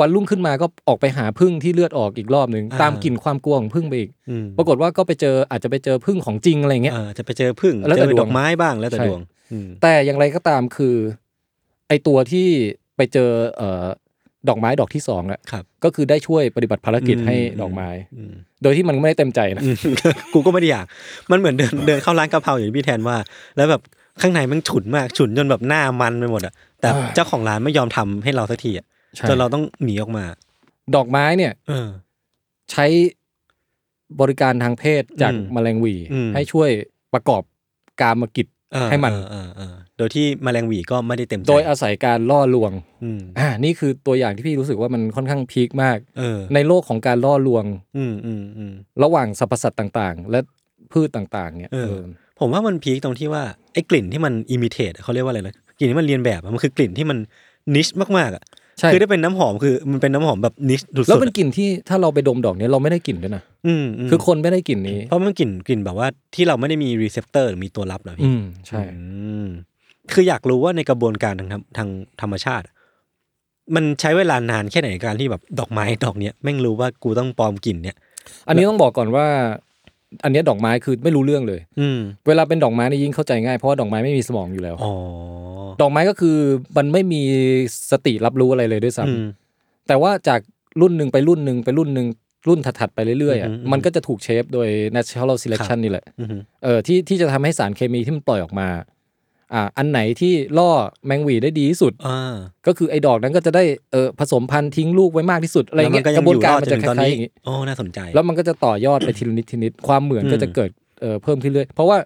Speaker 3: วันรุ่งขึ้นมาก็ออกไปหาพึ่งที่เลือดออกอีกรอบหนึ่ง
Speaker 2: อ่า
Speaker 3: ตามกลิ่นความกลัวของพึ่งไปอีก
Speaker 2: อืม
Speaker 3: ปรากฏว่าก็ไปเจออาจจะไปเจอพึ่งของจริงอะไรเงี้ย
Speaker 2: เออจะไปเจอพึ่ง
Speaker 3: แล้ว
Speaker 2: เจ
Speaker 3: แต่
Speaker 2: อ
Speaker 3: ดวง
Speaker 2: ดอกไม้บ้างแล้วแต่
Speaker 3: ใช่
Speaker 2: ดวงอืม
Speaker 3: แต่อย่างไรก็ตามคือ ไอตัวที่ไปเจอเอ่อดอกไม้ดอกที่สองอะ
Speaker 2: ครับ
Speaker 3: ก็คือได้ช่วยปฏิบัติภารกิจ
Speaker 2: อืม
Speaker 3: ให้ดอกไม้
Speaker 2: อืม
Speaker 3: โดยที่มันไม่ได้เต็มใจนะ
Speaker 2: อืม [laughs] กูก็ไม่ได้อยาก มันเหมือนเดิน [laughs] เดินเข้าร้านกะเพราอย่างที่พี่แทนว่า แล้วแบบข้างในมันฉุนมากฉุนจนแบบหน้ามันไปหมดอ่ะ แต่
Speaker 3: อ่า
Speaker 2: เจ้าของร้านไม่ยอมทำให้เราสักทีอ่ะ
Speaker 3: ใช่
Speaker 2: จนเราต้องหนีออกมา
Speaker 3: ดอกไม้เนี่ย
Speaker 2: เออ
Speaker 3: ใช้บริการทางเพศจาก
Speaker 2: อืม
Speaker 3: แมลงหวี
Speaker 2: อืม
Speaker 3: ให้ช่วยประกอบกามกิจ
Speaker 2: เออ
Speaker 3: ให้มัน
Speaker 2: เออเออเออโดยที่แมลงหวีก็ไม่ได้เต็มใจ
Speaker 3: โดยอาศัยการล่อลวง
Speaker 2: อืม
Speaker 3: อ่านี่คือตัวอย่างที่พี่รู้สึกว่ามันค่อนข้างพีคมาก
Speaker 2: เออ
Speaker 3: ในโลกของการล่อลวง
Speaker 2: อืมอืมอืม
Speaker 3: ระหว่างสรรพสัตว์ต่าง ๆ และพืชต่าง ๆ เนี่ย
Speaker 2: เออ
Speaker 3: เออ
Speaker 2: ผมว่ามันพีคตรงที่ว่าไอ้กลิ่นที่มันอิมิเตตเขาเรียกว่าอะไรนะกลิ่นที่มันเรียนแบบอะมันคือกลิ่นที่มันนิชมากๆอ่ะ
Speaker 3: ใช่
Speaker 2: คือถ้าเป็นน้ำหอมคือมันเป็นน้ำหอมแบบนิชสุดๆ
Speaker 3: แล้วเป็น
Speaker 2: อะ
Speaker 3: กลิ่นที่ถ้าเราไปดมดอกเนี้ยเราไม่ได้กลิ่นด้วยนะ
Speaker 2: อืมอืม
Speaker 3: คือคนไม่ได้กลิ่นนี้
Speaker 2: เพราะมันกลิ่นกลิ่นแบบว่าที่เราไม่ได้มีรีเซพเตอร์หรือมีตัวรับนะ
Speaker 3: อื
Speaker 2: พี่
Speaker 3: มใช่
Speaker 2: อืมคืออยากรู้ว่าในกระบวนการทางธรรมทางธรรมชาติอะมันใช้เวลานานแค่ไหนในการที่แบบดอกไม้ดอกเนี้ยแม่งรู้ว่ากูต้องปลอมกลิ่นเนี้ย
Speaker 3: อันนี้ต้องบอกก่อนว่า อันเนี้ยดอกไม้คือไม่รู้เรื่องเลย
Speaker 2: อืม
Speaker 3: เวลาเป็นดอกไม้นี่ยิ่งเข้าใจง่ายเพราะว่าดอกไม้ไม่มีสมองอยู่แล้ว
Speaker 2: อ๋อ
Speaker 3: ดอกไม้ก็คือมันไม่มีสติรับรู้อะไรเลยด้วยซ้
Speaker 2: อืม
Speaker 3: ำแต่ว่าจากรุ่นหนึ่งไปรุ่นหนึ่งไปรุ่นหนึ่งรุ่นถัดๆไปเรื่อยๆอ่ะ
Speaker 2: อืมอืม
Speaker 3: มันก็จะถูกเชฟโดย natural selection นี่แหละ
Speaker 2: อือฮึ
Speaker 3: เออที่ที่จะทำให้สารเคมีที่มันปล่อยออกมาอ่าอันไหนที่ล่อแมงหวีได้ดีที่สุด
Speaker 2: อ่า
Speaker 3: ก็คือไอ้ดอกนั้นก็จะได้เออผสมพันธุ์ทิ้งลูกไว้มากที่สุดอะไรเงี้ยกระบวนการมันจะคล้ายๆอย่างนี้
Speaker 2: โอ้น่าสนใจ
Speaker 3: แล้วมันก็จะต่อยอดไปทีละนิดทีละนิดความเหมือนก็จะ
Speaker 2: อืม
Speaker 3: เกิดเอ่อเพิ่มขึ้นเรื่อยเพราะว่า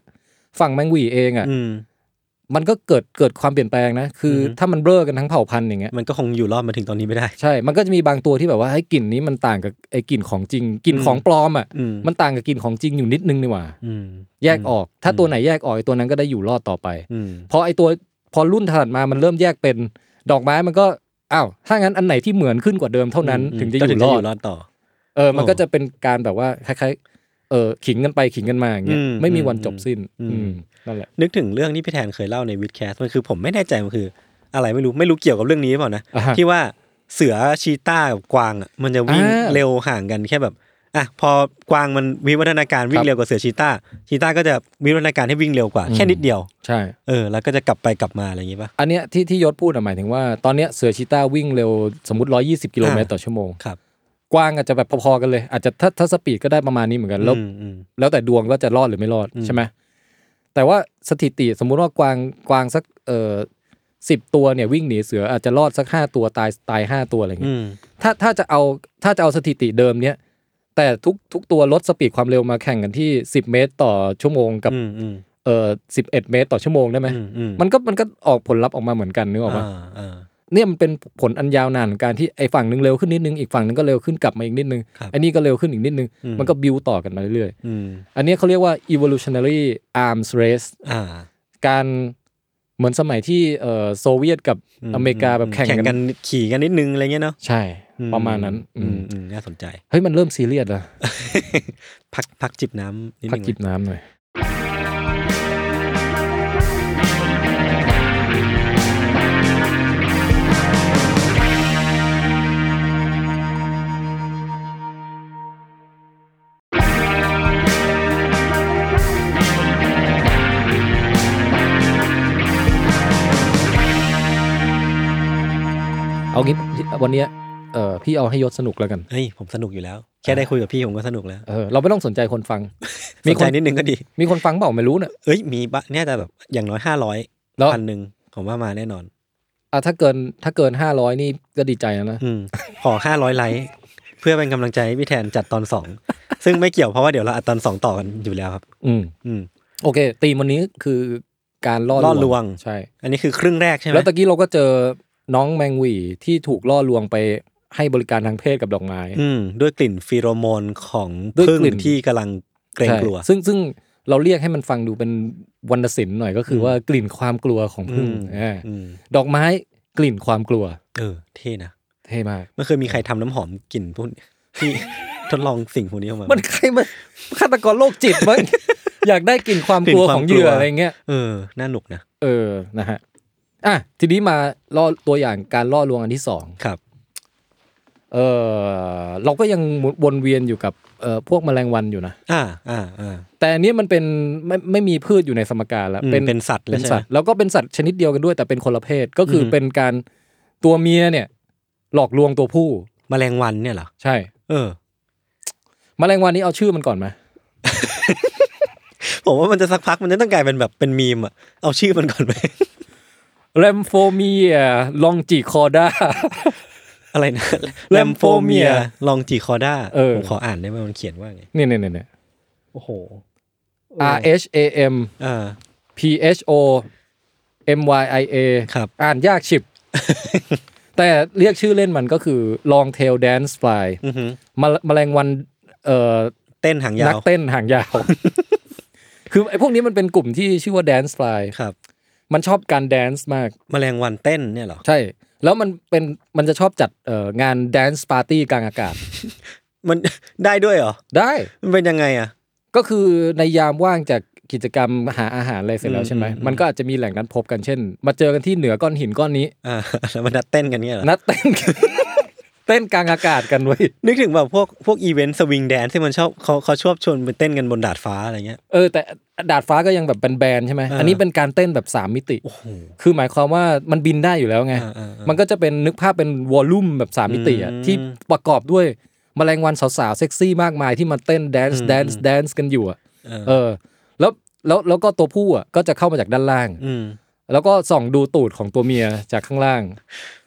Speaker 3: ฝั่งแมงหวีเองอ่ะ
Speaker 2: อืม
Speaker 3: มันก็เกิดเกิดความเปลี่ยนแปลงนะคืออ
Speaker 2: อฮึ
Speaker 3: ถ้ามันเบ้อกันทั้งเผ่าพันธุ์อย่างเงี้ย
Speaker 2: มันก็คงอยู่รอดมาถึงตอนนี้ไม่ได้
Speaker 3: ใช่ มันก็จะมีบางตัวที่แบบว่าให้ยกลิ่นนี้มันต่างกับไอ้กลิ่นของจริงกลิ่นของปลอมอ่ะ
Speaker 2: อืม
Speaker 3: มันต่างกับกลิ่นของจริงอยู่นิดนึงนี่หว่า
Speaker 2: อืม
Speaker 3: แยกออก ถ้าตัวไหนแยกออกไอ้ตัวนั้นก็ได้อยู่รอดต่อไป
Speaker 2: อืม
Speaker 3: พอไอ้ตัวพอรุ่นถัดมามันเริ่มแยกเป็นดอกไม้มันก็อ้าวถ้างั้นอันไหนที่เหมือนขึ้นกว่าเดิมเท่านั้น
Speaker 2: อืม
Speaker 3: ถึงจะอ
Speaker 2: ก็
Speaker 3: ยู่รอด
Speaker 2: รอดต่อ
Speaker 3: เออ มัน
Speaker 2: โอ้
Speaker 3: ก็จะเป็นการแบบว่าคล้ายๆ เออขิงกันไปขิงกันมาอย่างเงี้ย
Speaker 2: อืม
Speaker 3: ไม่มีวันจบสิ้น
Speaker 2: อื
Speaker 3: อืม
Speaker 2: ม
Speaker 3: นั่นแหละ
Speaker 2: นึกถึงเรื่องที่พี่แทนเคยเล่าในวิดแคสมันคือผมไม่แน่ใจมันคือ อะไรไม่รู้ไม่รู้เกี่ยวกับเรื่องนี้หรือเปล่านะ
Speaker 3: อ่าฮะ
Speaker 2: ที่ว่าเสือชีต้ากับกวางอ่ะมันจะวิ่ง
Speaker 3: อ่า
Speaker 2: เร็วห่างกันแค่แบบอ่ะพอกวางมันวิวัฒนาการวิ่
Speaker 3: ครั
Speaker 2: ง
Speaker 3: บ
Speaker 2: เร็วกว่าเสือชีต้าชีต้าก็จะวิวัฒนาการให้วิ่งเร็วกว่า
Speaker 3: อืม
Speaker 2: แค่นิดเดียว
Speaker 3: ใช่
Speaker 2: เออแล้วก็จะกลับไปกลับมาอะไรอย่างงี้ป่ะ
Speaker 3: อันเนี้ยที่ที่ยศพูดอะหมายถึงว่าตอนเนี้ยเสือชีต้าวิ่งเร็วสมมติ 120 กิโลเมตรต่อชั่วโมง
Speaker 2: ครับ
Speaker 3: กว้างอาจจะแบบพอๆกันเลย อาจจะถ้าถ้าสปีดก็ได้ประมาณนี้เหมือนกันแล้ว
Speaker 2: อืมอืม
Speaker 3: แล้วแต่ดวงว่าจะรอดหรือไม่รอด
Speaker 2: อืม
Speaker 3: ใช่ไหมแต่ว่าสถิติสมมุติว่ากวางกวางสักเอ่อสิบตัวเนี่ยวิ่งหนีเสืออาจจะรอดสักห้าตัวตายตายห้าตัวอะไรอย่างเงี้ย
Speaker 2: อืม
Speaker 3: ถ้าถ้าจะเอาถ้าจะเอาสถิติเดิมเนี้ยแต่ทุกทุกตัวลดสปีดความเร็วมาแข่งกันที่ 10 เมตรต่อชั่วโมงกับ
Speaker 2: อืมอืม
Speaker 3: เอ่อ11 เมตรต่อชั่วโมงได้ไหม
Speaker 2: อืมอืม
Speaker 3: มันก็มันก็ออกผลลัพธ์ออกมาเหมือนกันนึกออกปะ
Speaker 2: อ่าอ่า
Speaker 3: เนี่ยมันเป็นผลอันยาวนานของการที่ไอ้ฝั่งหนึ่งเร็วขึ้นนิดนึงอีกฝั่งหนึงก็เร็วขึ้นกลับมาอีกนิดนึง
Speaker 2: ครับ
Speaker 3: ไอ้นี่ก็เร็วขึ้นอีกนิดนึง
Speaker 2: อืม
Speaker 3: มันก็บิวต่อกันมาเรื่อย
Speaker 2: อืม
Speaker 3: ๆอันเนี้ยเขาเรียกว่า evolutionary arms race
Speaker 2: อ่า
Speaker 3: การเหมือนสมัยที่เอ่อโซเวียตกับ
Speaker 2: ม
Speaker 3: อเมริกาแบบแข่ง
Speaker 2: แข่ง
Speaker 3: กั
Speaker 2: กัน นขี่กันนิดนึงอะไรเงี้ยเนาะ
Speaker 3: ใช่
Speaker 2: อื
Speaker 3: ประมาณนั้น
Speaker 2: อื
Speaker 3: อื
Speaker 2: ม
Speaker 3: ม
Speaker 2: อืมน่าสนใจ
Speaker 3: เฮ้ยมันเริ่มซีเรียสแล้ว
Speaker 2: พักพักจิบน้ำนิด
Speaker 3: พัก
Speaker 2: นึง
Speaker 3: จิบน้ำหน่อย เอางี้วันเนี้ยเออพี่เอาให้ยศสนุกแล้วกัน
Speaker 2: เฮ้ยผมสนุกอยู่แล้ว แค่ได้คุยกับพี่ผมก็สนุกแล้ว
Speaker 3: เออเราไม่ต้องสนใจคนฟัง
Speaker 2: มี
Speaker 3: มี
Speaker 2: ค
Speaker 3: คนน
Speaker 2: นิดนึงก็ดี
Speaker 3: มีคนฟังเปล่าไม่รู้เนี่ย
Speaker 2: เอ้ย มีบะเนี่ยแต่แบบอย่างน้อยห้าร้อย
Speaker 3: แล้ว
Speaker 2: พันหนึ่งผมว่ามาแน่นอน
Speaker 3: อ่ะถ้าเกินถ้าเกินห้าร้อยนี่ก็ดีใจแล้วนะ
Speaker 2: อืม ขอห้าร้อยไลค์เพื่อเป็นกำลังใจให้พี่แทนจัดตอนสอง ซึ่งไม่เกี่ยวเพราะว่าเดี๋ยวเราอัดตอนสองต่อกันอยู่แล้วครับ
Speaker 3: อืม
Speaker 2: อืม
Speaker 3: โอเค ตีมวันนี้คือ การล่อ
Speaker 2: ล่อลวง
Speaker 3: ใช่
Speaker 2: อันนี้คือครึ่งแรกใช่ไหม
Speaker 3: แล้วตะกี้เราก็เจอน้องแมงหวีที่ถูกล่อลวงไปให้บริการทางเพศกับดอกไม้
Speaker 2: อืมด้วยกลิ่นฟีโรโมนของ
Speaker 3: ด้วย
Speaker 2: พึ่ง
Speaker 3: กลิ่น
Speaker 2: ที่กำลังเกรง
Speaker 3: ใช่
Speaker 2: กลัว
Speaker 3: ซึ่งซึ่งเราเรียกให้มันฟังดูเป็นวรรณศิลป์หน่อยก็คือ
Speaker 2: ม
Speaker 3: ว่ากลิ่นความกลัวของพึ่งอ่า
Speaker 2: อืม
Speaker 3: ดอกไม้กลิ่นความกลัว
Speaker 2: เออเท่นะ
Speaker 3: เท่มาก
Speaker 2: ไม่เคยมีใครทำน้ำหอมกลิ่นพวกนี้ [laughs] ที่ ทดลองสิ่งพวกนี้ออกมา
Speaker 3: มันใครมันฆาตกรโรคจิตมั้ง [laughs] อยากได้กลิ่นความกลัวของเหยื่ออะไรเงี้ย
Speaker 2: เออน่าหนุกนะ
Speaker 3: เออ นะฮะ อ่ะ ทีนี้มาล่อตัวอย่างการล่อลวงอันที่สอง
Speaker 2: ครับ
Speaker 3: เออเราก็ยังวนเวียนอยู่กับเอ่อพวกแมลงวันอยู่นะ
Speaker 2: อ่าอ่าอ่า
Speaker 3: แต่อันนี้มันเป็นไม่ไม่มีพืชอยู่ในสมการแล้ว
Speaker 2: อืมเป็นสัตว์แล้ว
Speaker 3: เป็นสัตว์
Speaker 2: ใช่ไหม
Speaker 3: แล้วก็เป็นสัตว์ชนิดเดียวกันด้วยแต่เป็นคนละเพศก็คืออ
Speaker 2: ม
Speaker 3: เป็นการตัวเมียเนี่ย หลอกลวงตัวผู้
Speaker 2: แมลงวันเนี่ยเหรอ
Speaker 3: ใช่
Speaker 2: เออ
Speaker 3: แมลงวันนี้เอาชื่อมันก่อนไหม
Speaker 2: ผมว่ามันจะสักพักมันจะต้องกลายเป็นแบบเป็นมีมอะเอาชื่อมัน
Speaker 3: [laughs]
Speaker 2: ก่อนไหม
Speaker 3: แรมโฟเมียลองจีคอด้า
Speaker 2: อะไรนะ
Speaker 3: Lampomia
Speaker 2: ลองจีคอด้า
Speaker 3: เออ
Speaker 2: ผมขออ่านได้ไหมมันเขียนว่าไง
Speaker 3: [laughs] เนี่ยเนี่ยเนี่ย
Speaker 2: โอ้โห
Speaker 3: R H A M
Speaker 2: อ่า
Speaker 3: P H O M Y I A
Speaker 2: ครับ
Speaker 3: อ่านยากฉิบ [laughs] แต่เรียกชื่อเล่นมันก็คือ Long Tail Dance Fly
Speaker 2: อือหือ
Speaker 3: มะแมลงวันเอ่อ
Speaker 2: เต้นหางยา
Speaker 3: นัก
Speaker 2: ว
Speaker 3: เต้นหางยาว [laughs] คือไอ้พวกนี้มันเป็นกลุ่มที่ชื่อว่า Dance Fly
Speaker 2: ครับ
Speaker 3: มันชอบการแดนซ์มาก
Speaker 2: แมลงวันเต้นเนี่ยเหรอ
Speaker 3: ใช่ แล้วมันเป็นมันจะชอบจัดเอ่องานแดนซ์ปาร์ตี้กลางอากาศ
Speaker 2: มัน [laughs] ได้ด้วยเหรอ
Speaker 3: ได้
Speaker 2: มันเป็นยังไงอ่ะ
Speaker 3: ก็คือในยามว่างจากกิจกรรมหาอาหารอะไรเสร็จแล้วใช่ไหม
Speaker 2: อืมอืม
Speaker 3: มันก็อาจจะมีแหล่งนัดพบกันเช่น มาเจอกันที่เหนือก้อนหินก้อนนี้
Speaker 2: อ่า [laughs] แล้วมันนัดเต้นกันเนี่ยเหรอ
Speaker 3: นัดเต้นกัน เต้นกลางอากาศกันเว้ย
Speaker 2: นึกถึงแบบพวกพวกอีเวนต์สวิงแดนที่มันชอบเขาเขาชอบชวนไปเต้นกันบนดาดฟ้าอะไรเงี้ย
Speaker 3: เออแต่ดาดฟ้าก็ยังแบบแบนๆใช่ไหม
Speaker 2: อ่า
Speaker 3: อันนี้เป็นการเต้นแบบ 3 มิติ
Speaker 2: โอ้โห
Speaker 3: คือหมายความว่ามันบินได้อยู่แล้วไง
Speaker 2: อ่าอ่าอ่า
Speaker 3: มันก็จะเป็นนึกภาพเป็นวอลลุ่มแบบ 3 มิติอะ
Speaker 2: อืม
Speaker 3: ที่ประกอบด้วยแมลงวันสาวๆ เซ็กซี่มากมายที่มาเต้นแดนซ์
Speaker 2: อืม
Speaker 3: แดนซ์แดนซ์กันอยู่อะ
Speaker 2: เออ
Speaker 3: เออแล้วแล้วแล้วก็ตัวผู้อะก็จะเข้ามาจากด้านล่าง
Speaker 2: อืม
Speaker 3: แล้วก็ส่องดูตูดของตัวเมียจากข้างล่าง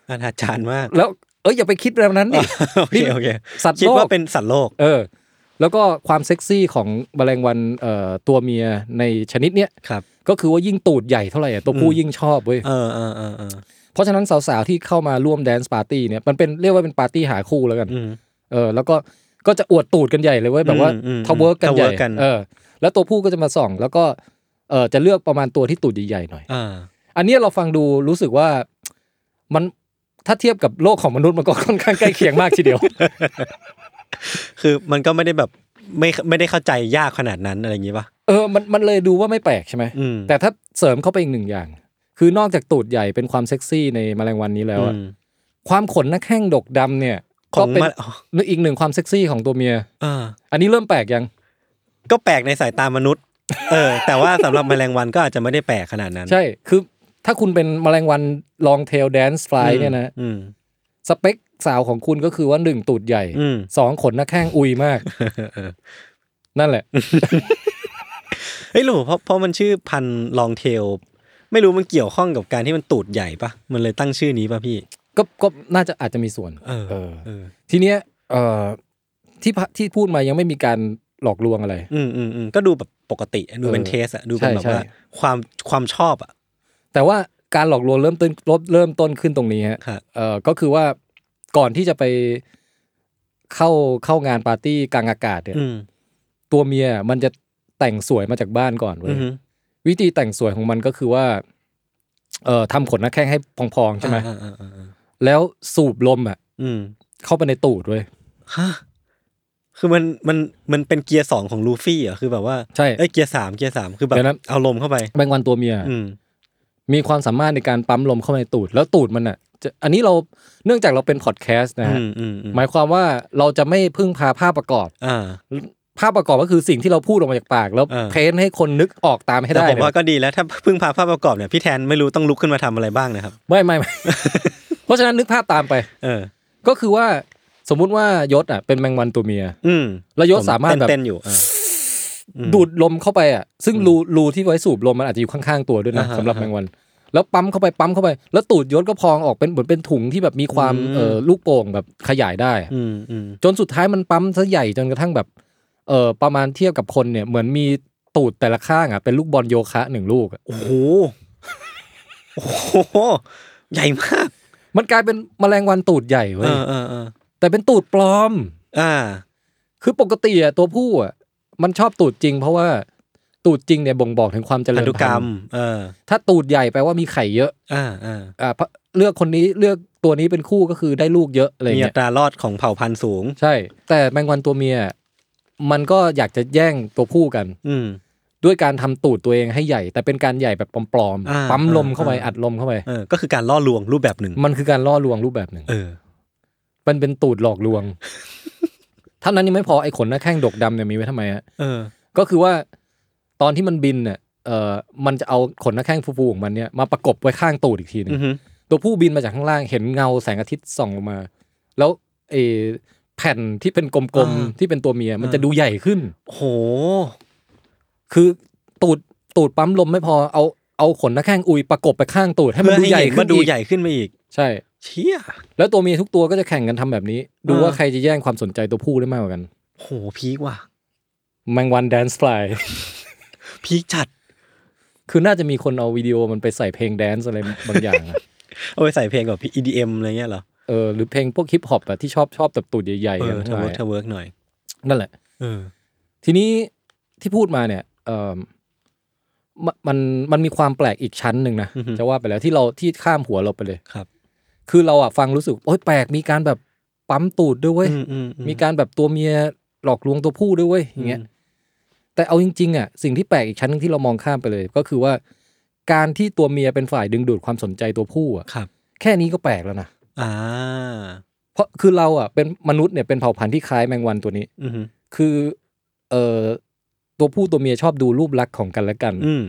Speaker 2: อนาจารย์มาก
Speaker 3: แล้วเอ้ยอย่าไปคิดแบบนั้นดิ
Speaker 2: โอเคโอเค
Speaker 3: สัตว์
Speaker 2: คิด
Speaker 3: โลก
Speaker 2: ว่าเป็นสัตว์โลก
Speaker 3: เออ แล้วก็ความเซ็กซี่ของแมลงวันเอ่อตัวเมียในชนิดเนี้ย
Speaker 2: ครับ
Speaker 3: ก็คือว่ายิ่งตูดใหญ่เท่าไหร่อะตัวผู้
Speaker 2: อืม
Speaker 3: ยิ่งชอบเว้ย
Speaker 2: เออเออเออเออ
Speaker 3: เพราะฉะนั้นสาวๆที่เข้ามาร่วมแดนซ์ปาร์ตี้เนี่ยมันเป็นเรียกว่าเป็นปาร์ตี้หาคู่แล้วกัน
Speaker 2: อืม
Speaker 3: เออแล้วก็ก็จะอวดตูดกันใหญ่เลยเว้ยแบบว่า
Speaker 2: อืมอืม
Speaker 3: ทาวเวิร์กกันใหญ่
Speaker 2: twerk กัน
Speaker 3: เออแล้วตัวผู้ก็จะมาส่อง แล้วก็เออจะเลือกประมาณตัวที่ตูดใหญ่ๆหน่อย
Speaker 2: อ่า
Speaker 3: อันเนี้ยเราฟังดูรู้สึกว่ามันถ้าเทียบกับโลกของมนุษย์มันก็ค่อนข้างใกล้เคียงมากทีเดียว [laughs]
Speaker 2: คือมันก็ไม่ได้แบบไม่ไม่ได้เข้าใจยากขนาดนั้นอะไรอย่างงี้ป่ะ
Speaker 3: เออมันมันเลยดูว่าไม่แปลกใช่ไหม
Speaker 2: อืม
Speaker 3: แต่ถ้าเสริมเข้าไปอีกหนึ่งอย่าง คือนอกจากตูดใหญ่เป็นความเซ็กซี่ในแมลงวันนี้แล้วอะ
Speaker 2: อืม
Speaker 3: ความขนหน้าแข้งดกดำเนี่ย
Speaker 2: ขอ
Speaker 3: ก็
Speaker 2: ง
Speaker 3: เป็น
Speaker 2: มันอ๋อ
Speaker 3: อีกหนึ่งความเซ็กซี่ของตัวเมีย
Speaker 2: อ่า
Speaker 3: อันนี้เริ่มแปลกยัง
Speaker 2: ก็แปลกในสายตามนุษย์ เออ แต่ว่าสำหรับแมลงวันก็อาจจะไม่ได้แปลกขนาดนั้น
Speaker 3: ใช่คือถ้าคุณเป็นแมลงวันลองเทลแดนซ์ฟลาย
Speaker 2: อืม
Speaker 3: เนี่ยนะ
Speaker 2: อืม
Speaker 3: สเปคสาวของคุณก็คือว่าหนึ่งตูดใหญ่
Speaker 2: อืม
Speaker 3: สองขนหน้าแข้งอุย
Speaker 2: [laughs]
Speaker 3: มาก นั่นแหละ
Speaker 2: เฮ้ยหรือเพราะเพราะมันชื่อพันลองเทล ไม่รู้มันเกี่ยวข้องกับการที่มันตูดใหญ่ป่ะ มันเลยตั้งชื่อนี้ป่ะพี่
Speaker 3: ก็ก็น่าจะอาจจะมีส่วน
Speaker 2: เออ
Speaker 3: เออ
Speaker 2: เออ
Speaker 3: ทีเนี้ยเอ่อที่พะที่พูดมายังไม่มีการหลอกลวงอะไร
Speaker 2: อืมอืมอืมก็ดูแบบปกติดูเป็น
Speaker 3: เออ
Speaker 2: เทสอะดูเป็นแบบ
Speaker 3: ใช่ใช่
Speaker 2: ว่าความความชอบอะ
Speaker 3: แต่ว่าการหลอกลวงเริ่มต้นเริ่มต้นขึ้นตรงนี้ฮะ
Speaker 2: ค่ะ
Speaker 3: เอ่อก็คือว่าก่อนที่จะไปเข้าเข้างานปาร์ตี้กลางอากาศเนี่ย
Speaker 2: อืม
Speaker 3: ตัวเมียมันจะแต่งสวยมาจากบ้านก่อนเว้
Speaker 2: อื
Speaker 3: ย
Speaker 2: ม
Speaker 3: วิธีแต่งสวยของมันก็คือว่าเอ่อทำขนหน้าแข้งให้พองๆใช่ไหม
Speaker 2: อ่าอ่าอ่าอ่า
Speaker 3: แล้วสูบลมอ่ะ
Speaker 2: อืม
Speaker 3: เข้าไปในตูดเว้ย
Speaker 2: ฮะ คือมันมันมันเป็นเกียร์สองของลูฟี่เหรอ่ะคือแบบว่า
Speaker 3: ใช่
Speaker 2: เอ้ยเกียร์สามเกียร์สามคือแบบ
Speaker 3: เดี๋ยวนะ
Speaker 2: เอาลมเข้าไป
Speaker 3: แมงวันตัวเมีย
Speaker 2: อืม
Speaker 3: มีความสามารถในการปั๊มลมเข้าไปในตูด แล้วตูดมันอ่ะจะอันนี้เราเนื่องจากเราเป็นพอดแคสต์นะฮะ
Speaker 2: อืมอืมอืม
Speaker 3: หมายความว่าเราจะไม่พึ่งพาภาพประกอบ
Speaker 2: อ่า
Speaker 3: ภาพประกอบก็คือสิ่งที่เราพูดออกมาจากปาก แล้ว
Speaker 2: เออ
Speaker 3: เพ้นท์ให้คนนึกออกตามให้
Speaker 2: แต่
Speaker 3: ได้
Speaker 2: ผมว่า
Speaker 3: เนี่ย
Speaker 2: ก็ดีแล้วถ้า [laughs] เพึ่งพาภาพประกอบเนี่ยพี่แทนไม่รู้ต้องลุกขึ้นมาทำอะไรบ้างนะครับ
Speaker 3: ไม่ไม่
Speaker 2: [laughs]
Speaker 3: ไม่ เพราะฉะนั้นนึกภาพตามไป
Speaker 2: เออ
Speaker 3: ก็คือว่าสมมุติว่ายศอ่ะเป็นแมงวันตัวเมีย
Speaker 2: อืม
Speaker 3: แล้วยศสามารถแบบ
Speaker 2: เต้นๆอยู่อ่า
Speaker 3: ดูดลมเข้าไปอ่ะซึ่งรูรูที่ไว้สูบลมมันอาจจะอยู่ข้างๆตัวด้วยนะ
Speaker 2: อ่าฮะ
Speaker 3: สำหรับแมงวัน แล้วปั๊มเข้าไปปั๊มเข้าไป แล้วตูดยศก็พองออกเป็นเหมือนเป็นถุงที่แบบมีความ
Speaker 2: อืม
Speaker 3: เอ่อลูกโป่งแบบขยายได้อะ
Speaker 2: อืมอืม
Speaker 3: จนสุดท้ายมันปั๊มซะใหญ่จนกระทั่งแบบเอ่อประมาณเทียบกับคนเนี่ยเหมือนมี ตูดแต่ละข้างอ่ะเป็นลูกบอลโยคะหนึ่งลูกอะ
Speaker 2: โอ้โหโอ้โหใหญ่มาก
Speaker 3: มันกลายเป็นแมลงวันตูดใหญ่
Speaker 2: เอ
Speaker 3: เว้ย
Speaker 2: อเออเออ
Speaker 3: แต่เป็นตูดปลอม
Speaker 2: อ่า
Speaker 3: คือปกติอ่ะตัวผู้อ่ะมันชอบตูดจริง เพราะว่าตูดจริงเนี่ยบ่งบอกถึงความเจริ
Speaker 2: พั
Speaker 3: ญ
Speaker 2: นธุกรรม
Speaker 3: พันธุ์
Speaker 2: เออ
Speaker 3: ถ้าตูดใหญ่แปลว่ามีไข่เยอะ
Speaker 2: อ่าอ่า
Speaker 3: อ่าเพราะเลือกคนนี้เลือกตัวนี้เป็นคู่ก็คือได้ลูกเยอะอะไร
Speaker 2: มีอั
Speaker 3: เงี้ย
Speaker 2: ตรารอดของเผ่าพันธุ์สูง
Speaker 3: ใช่ แต่แมงวันตัวเมียอะมันก็อยากจะแย่งตัวผู้กัน
Speaker 2: อืม
Speaker 3: ด้วยการทำตูดตัวเองให้ใหญ่ แต่เป็นการใหญ่แบบปลอม
Speaker 2: อ่า
Speaker 3: ๆปั๊มลมเข้าไป
Speaker 2: อ่า
Speaker 3: อัดลมเข้าไป
Speaker 2: เออ ก็คือการล่อลวงรูปแบบหนึ่ง
Speaker 3: มันคือการล่อลวงรูปแบบหนึ่ง
Speaker 2: เออ
Speaker 3: มันเป็นตูดหลอกลวง เท่านั้นยังไม่พอไอ้ขนหน้าแข้งดกดำเนี่ยมีไว้ทำไมฮะ
Speaker 2: เออ
Speaker 3: ก็คือว่าตอนที่มันบินเนี่ยเออมันจะเอาขนหน้าแข้งฟูๆของมันเนี่ยมาประกบไว้ข้างตูดอีกทีหนึง
Speaker 2: อือฮึ
Speaker 3: ตัวผู้บินมาจากข้างล่างเห็นเงาแสงอาทิตย์ส่องลงมา แล้วไอ้แผ่นที่เป็นกลมๆที่เป็นตัวเมีย มันจะดูใหญ่ขึ้น
Speaker 2: โห
Speaker 3: คือตูดตูดปั๊มลมไม่พอเอาเอาขนหน้าแข้งอุยประกบไปข้างตูดให้มันดูใหญ่ขึ้
Speaker 2: มัน นดู
Speaker 3: อีก
Speaker 2: ใหญ่ขึ้นมาอีก
Speaker 3: ใช่
Speaker 2: เชี่ย
Speaker 3: แล้วตัวเมียทุกตัวก็จะแข่งกันทำแบบนี้ ดู
Speaker 2: อ่า
Speaker 3: ว่าใครจะแย่งความสนใจตัวผู้ได้มากกว่ากัน
Speaker 2: โห พีกว่ะ
Speaker 3: แมงวันแดนซ์ฟลาย [laughs]
Speaker 2: พีกจัด
Speaker 3: คือน่าจะมีคนเอาวิดีโอมันไปใส่เพลงแดนซ์อะไรบางอย่างอะ
Speaker 2: เอาไปใส่เพลงกับ EDM อะไรเงี้ยเหรอ
Speaker 3: เออหรือเพลงพวกฮิปฮอปอะที่ชอบชอบตับตูดใหญ่
Speaker 2: เอ
Speaker 3: ๆกัน
Speaker 2: อ
Speaker 3: ทั้
Speaker 2: เธอง
Speaker 3: หลา
Speaker 2: เวิร์
Speaker 3: ย
Speaker 2: กเธอเวิร์กหน่อย
Speaker 3: นั่นแหละ
Speaker 2: เออ
Speaker 3: ทีนี้ที่พูดมาเนี่ยเออมมันมันมีความแปลกอีกชั้นหนึ่งนะ
Speaker 2: อือฮึ
Speaker 3: จะว่าไปแล้วที่เราที่ข้ามหัวเราไปเลย
Speaker 2: ครับ
Speaker 3: คือเราอะฟังรู้สึกโอ๊ยแปลกมีการแบบปั๊มตูดด้วยเว้ย
Speaker 2: อืมอืมอื
Speaker 3: มีการแบบตัวเมียหลอกลวงตัวผู้ด้วยเว้ยอย่างเงี้ย แต่เอาจริงๆอ่ะสิ่งที่แปลกอีกชั้นหนึงที่เรามองข้ามไปเลย ก็คือว่า การที่ตัวเมียเป็นฝ่ายดึงดูดความสนใจตัวผู้อ่ะ
Speaker 2: ครับ
Speaker 3: แค่นี้ก็แปลกแล้วนะ
Speaker 2: อ่า
Speaker 3: เพราะคือเราอ่ะเป็นมนุษย์เนี่ยเป็นเผ่าพันธุ์ที่คล้ายแมงวันตัวนี้
Speaker 2: อืม
Speaker 3: คือเอ่อตัวผู้ตัวเมียชอบดูรูปลักษณ์ของกันและกัน
Speaker 2: อืม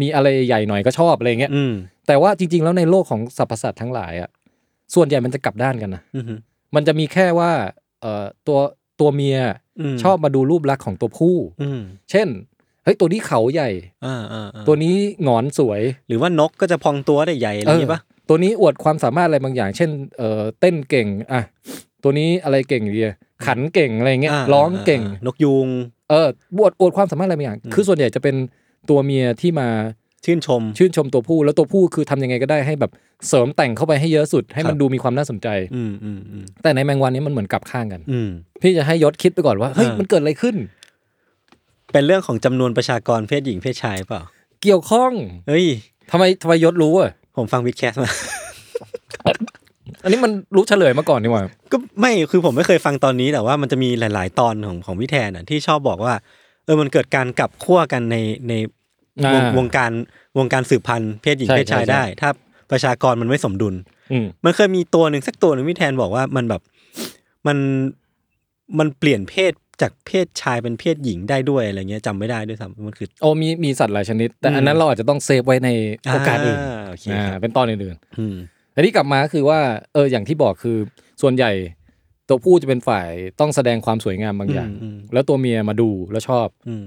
Speaker 3: มีอะไรใหญ่หน่อยก็ชอบอะไรเงี้ย
Speaker 2: อืม
Speaker 3: แต่ว่าจริง ๆ แล้วในโลกของสรรพสัตว์ทั้งหลายอ่ะส่วนใหญ่มันจะกลับด้านกันนะ
Speaker 2: อืม
Speaker 3: มันจะมีแค่ว่าเอ่อตัวตัวเมีย
Speaker 2: ม
Speaker 3: ชอบมาดูรูปลักษณ์ของตัวผู้
Speaker 2: อืม
Speaker 3: เช่นเฮ้ยตัวนี้เขาใหญ่
Speaker 2: อ่าอ่าอ่า
Speaker 3: ตัวนี้หงอนสวย
Speaker 2: หรือว่านกก็จะพองตัวได้ใหญ่อะไร
Speaker 3: เอ
Speaker 2: อ
Speaker 3: อ
Speaker 2: ย่างงี้ปะ
Speaker 3: ตัวนี้อวดความสามารถอะไรบางอย่าง เช่น เอ่อเต้นเก่งอ่ะตัวนี้อะไรเก่งดีอะขันเก่งอะไรเงี้ย
Speaker 2: า
Speaker 3: ร้องเก่ง
Speaker 2: อ่าอ่านกยูง
Speaker 3: เอออวดอวดความสามารถอะไรบางอย่าง
Speaker 2: อืม
Speaker 3: คือส่วนใหญ่จะเป็นตัวเมียที่มา
Speaker 2: ชื่นชม
Speaker 3: ชื่นชมตัวผู้ แล้วตัวผู้คือทำยังไงก็ได้ให้แบบเสริมแต่งเข้าไปให้เยอะสุด ให้มัน
Speaker 2: ครับ
Speaker 3: ดูมีความน่าสนใจ
Speaker 2: อืมอืมอืม
Speaker 3: แต่ในแมงวันนี้มันเหมือนกลับข้างกัน
Speaker 2: อืม
Speaker 3: พี่จะให้ยศคิดไปก่อนว่าเฮ้ย
Speaker 2: อ่ามั
Speaker 3: มันเกิดอะไรขึ้น
Speaker 2: เป็นเรื่องของจำนวนประชากรเพศหญิงเพศชายเปล่า
Speaker 3: เกี่ยวข้อง
Speaker 2: เฮ้ย
Speaker 3: ทำไมทำไมยศรู้อ่ะ
Speaker 2: ผมฟังวิดแคสมา [laughs]
Speaker 3: อันนี้มันรู้เฉลยมาก่อนนี่หว่า
Speaker 2: ก็ไม่คือผมไม่เคยฟังตอนนี้แต่ว่ามันจะมีหลาย ๆ ตอนของของพี่แทนอ่ะที่ชอบบอกว่าเออมันเกิดการกลับขั้วกันในใน
Speaker 3: อ่าว
Speaker 2: งวงการวงการสืบพันธุ์เพศหญิง
Speaker 3: ใช่
Speaker 2: เพศชาย
Speaker 3: ใช่ใช่
Speaker 2: ได้ ถ้าประชากรมันไม่สมดุล
Speaker 3: อืม
Speaker 2: มันเคยมีตัวหนึ่งสักตัวหนึ่งพี่แทนบอกว่ามันแบบมันมันเปลี่ยนเพศจากเพศชายเป็นเพศหญิงได้ด้วยอะไรเงี้ยจำไม่ได้ด้วยซ้ำมันคือ
Speaker 3: โอ้มีมีสัตว์หลายชนิด แต่อันนั้น
Speaker 2: อืม
Speaker 3: เราอาจจะต้องเซฟไว้ในโอกาสอื่น
Speaker 2: โอเค
Speaker 3: อ่า
Speaker 2: ครับ
Speaker 3: เป็นตอนอื่น
Speaker 2: อืม
Speaker 3: ๆแต่ที่กลับมาก็คือว่าเอออย่างที่บอกคือส่วนใหญ่ ตัวผู้จะเป็นฝ่ายต้องแสดงความสวยงามบางอย่าง
Speaker 2: อืม
Speaker 3: แล้วตัวเมียมาดูแล้วชอบ
Speaker 2: อืม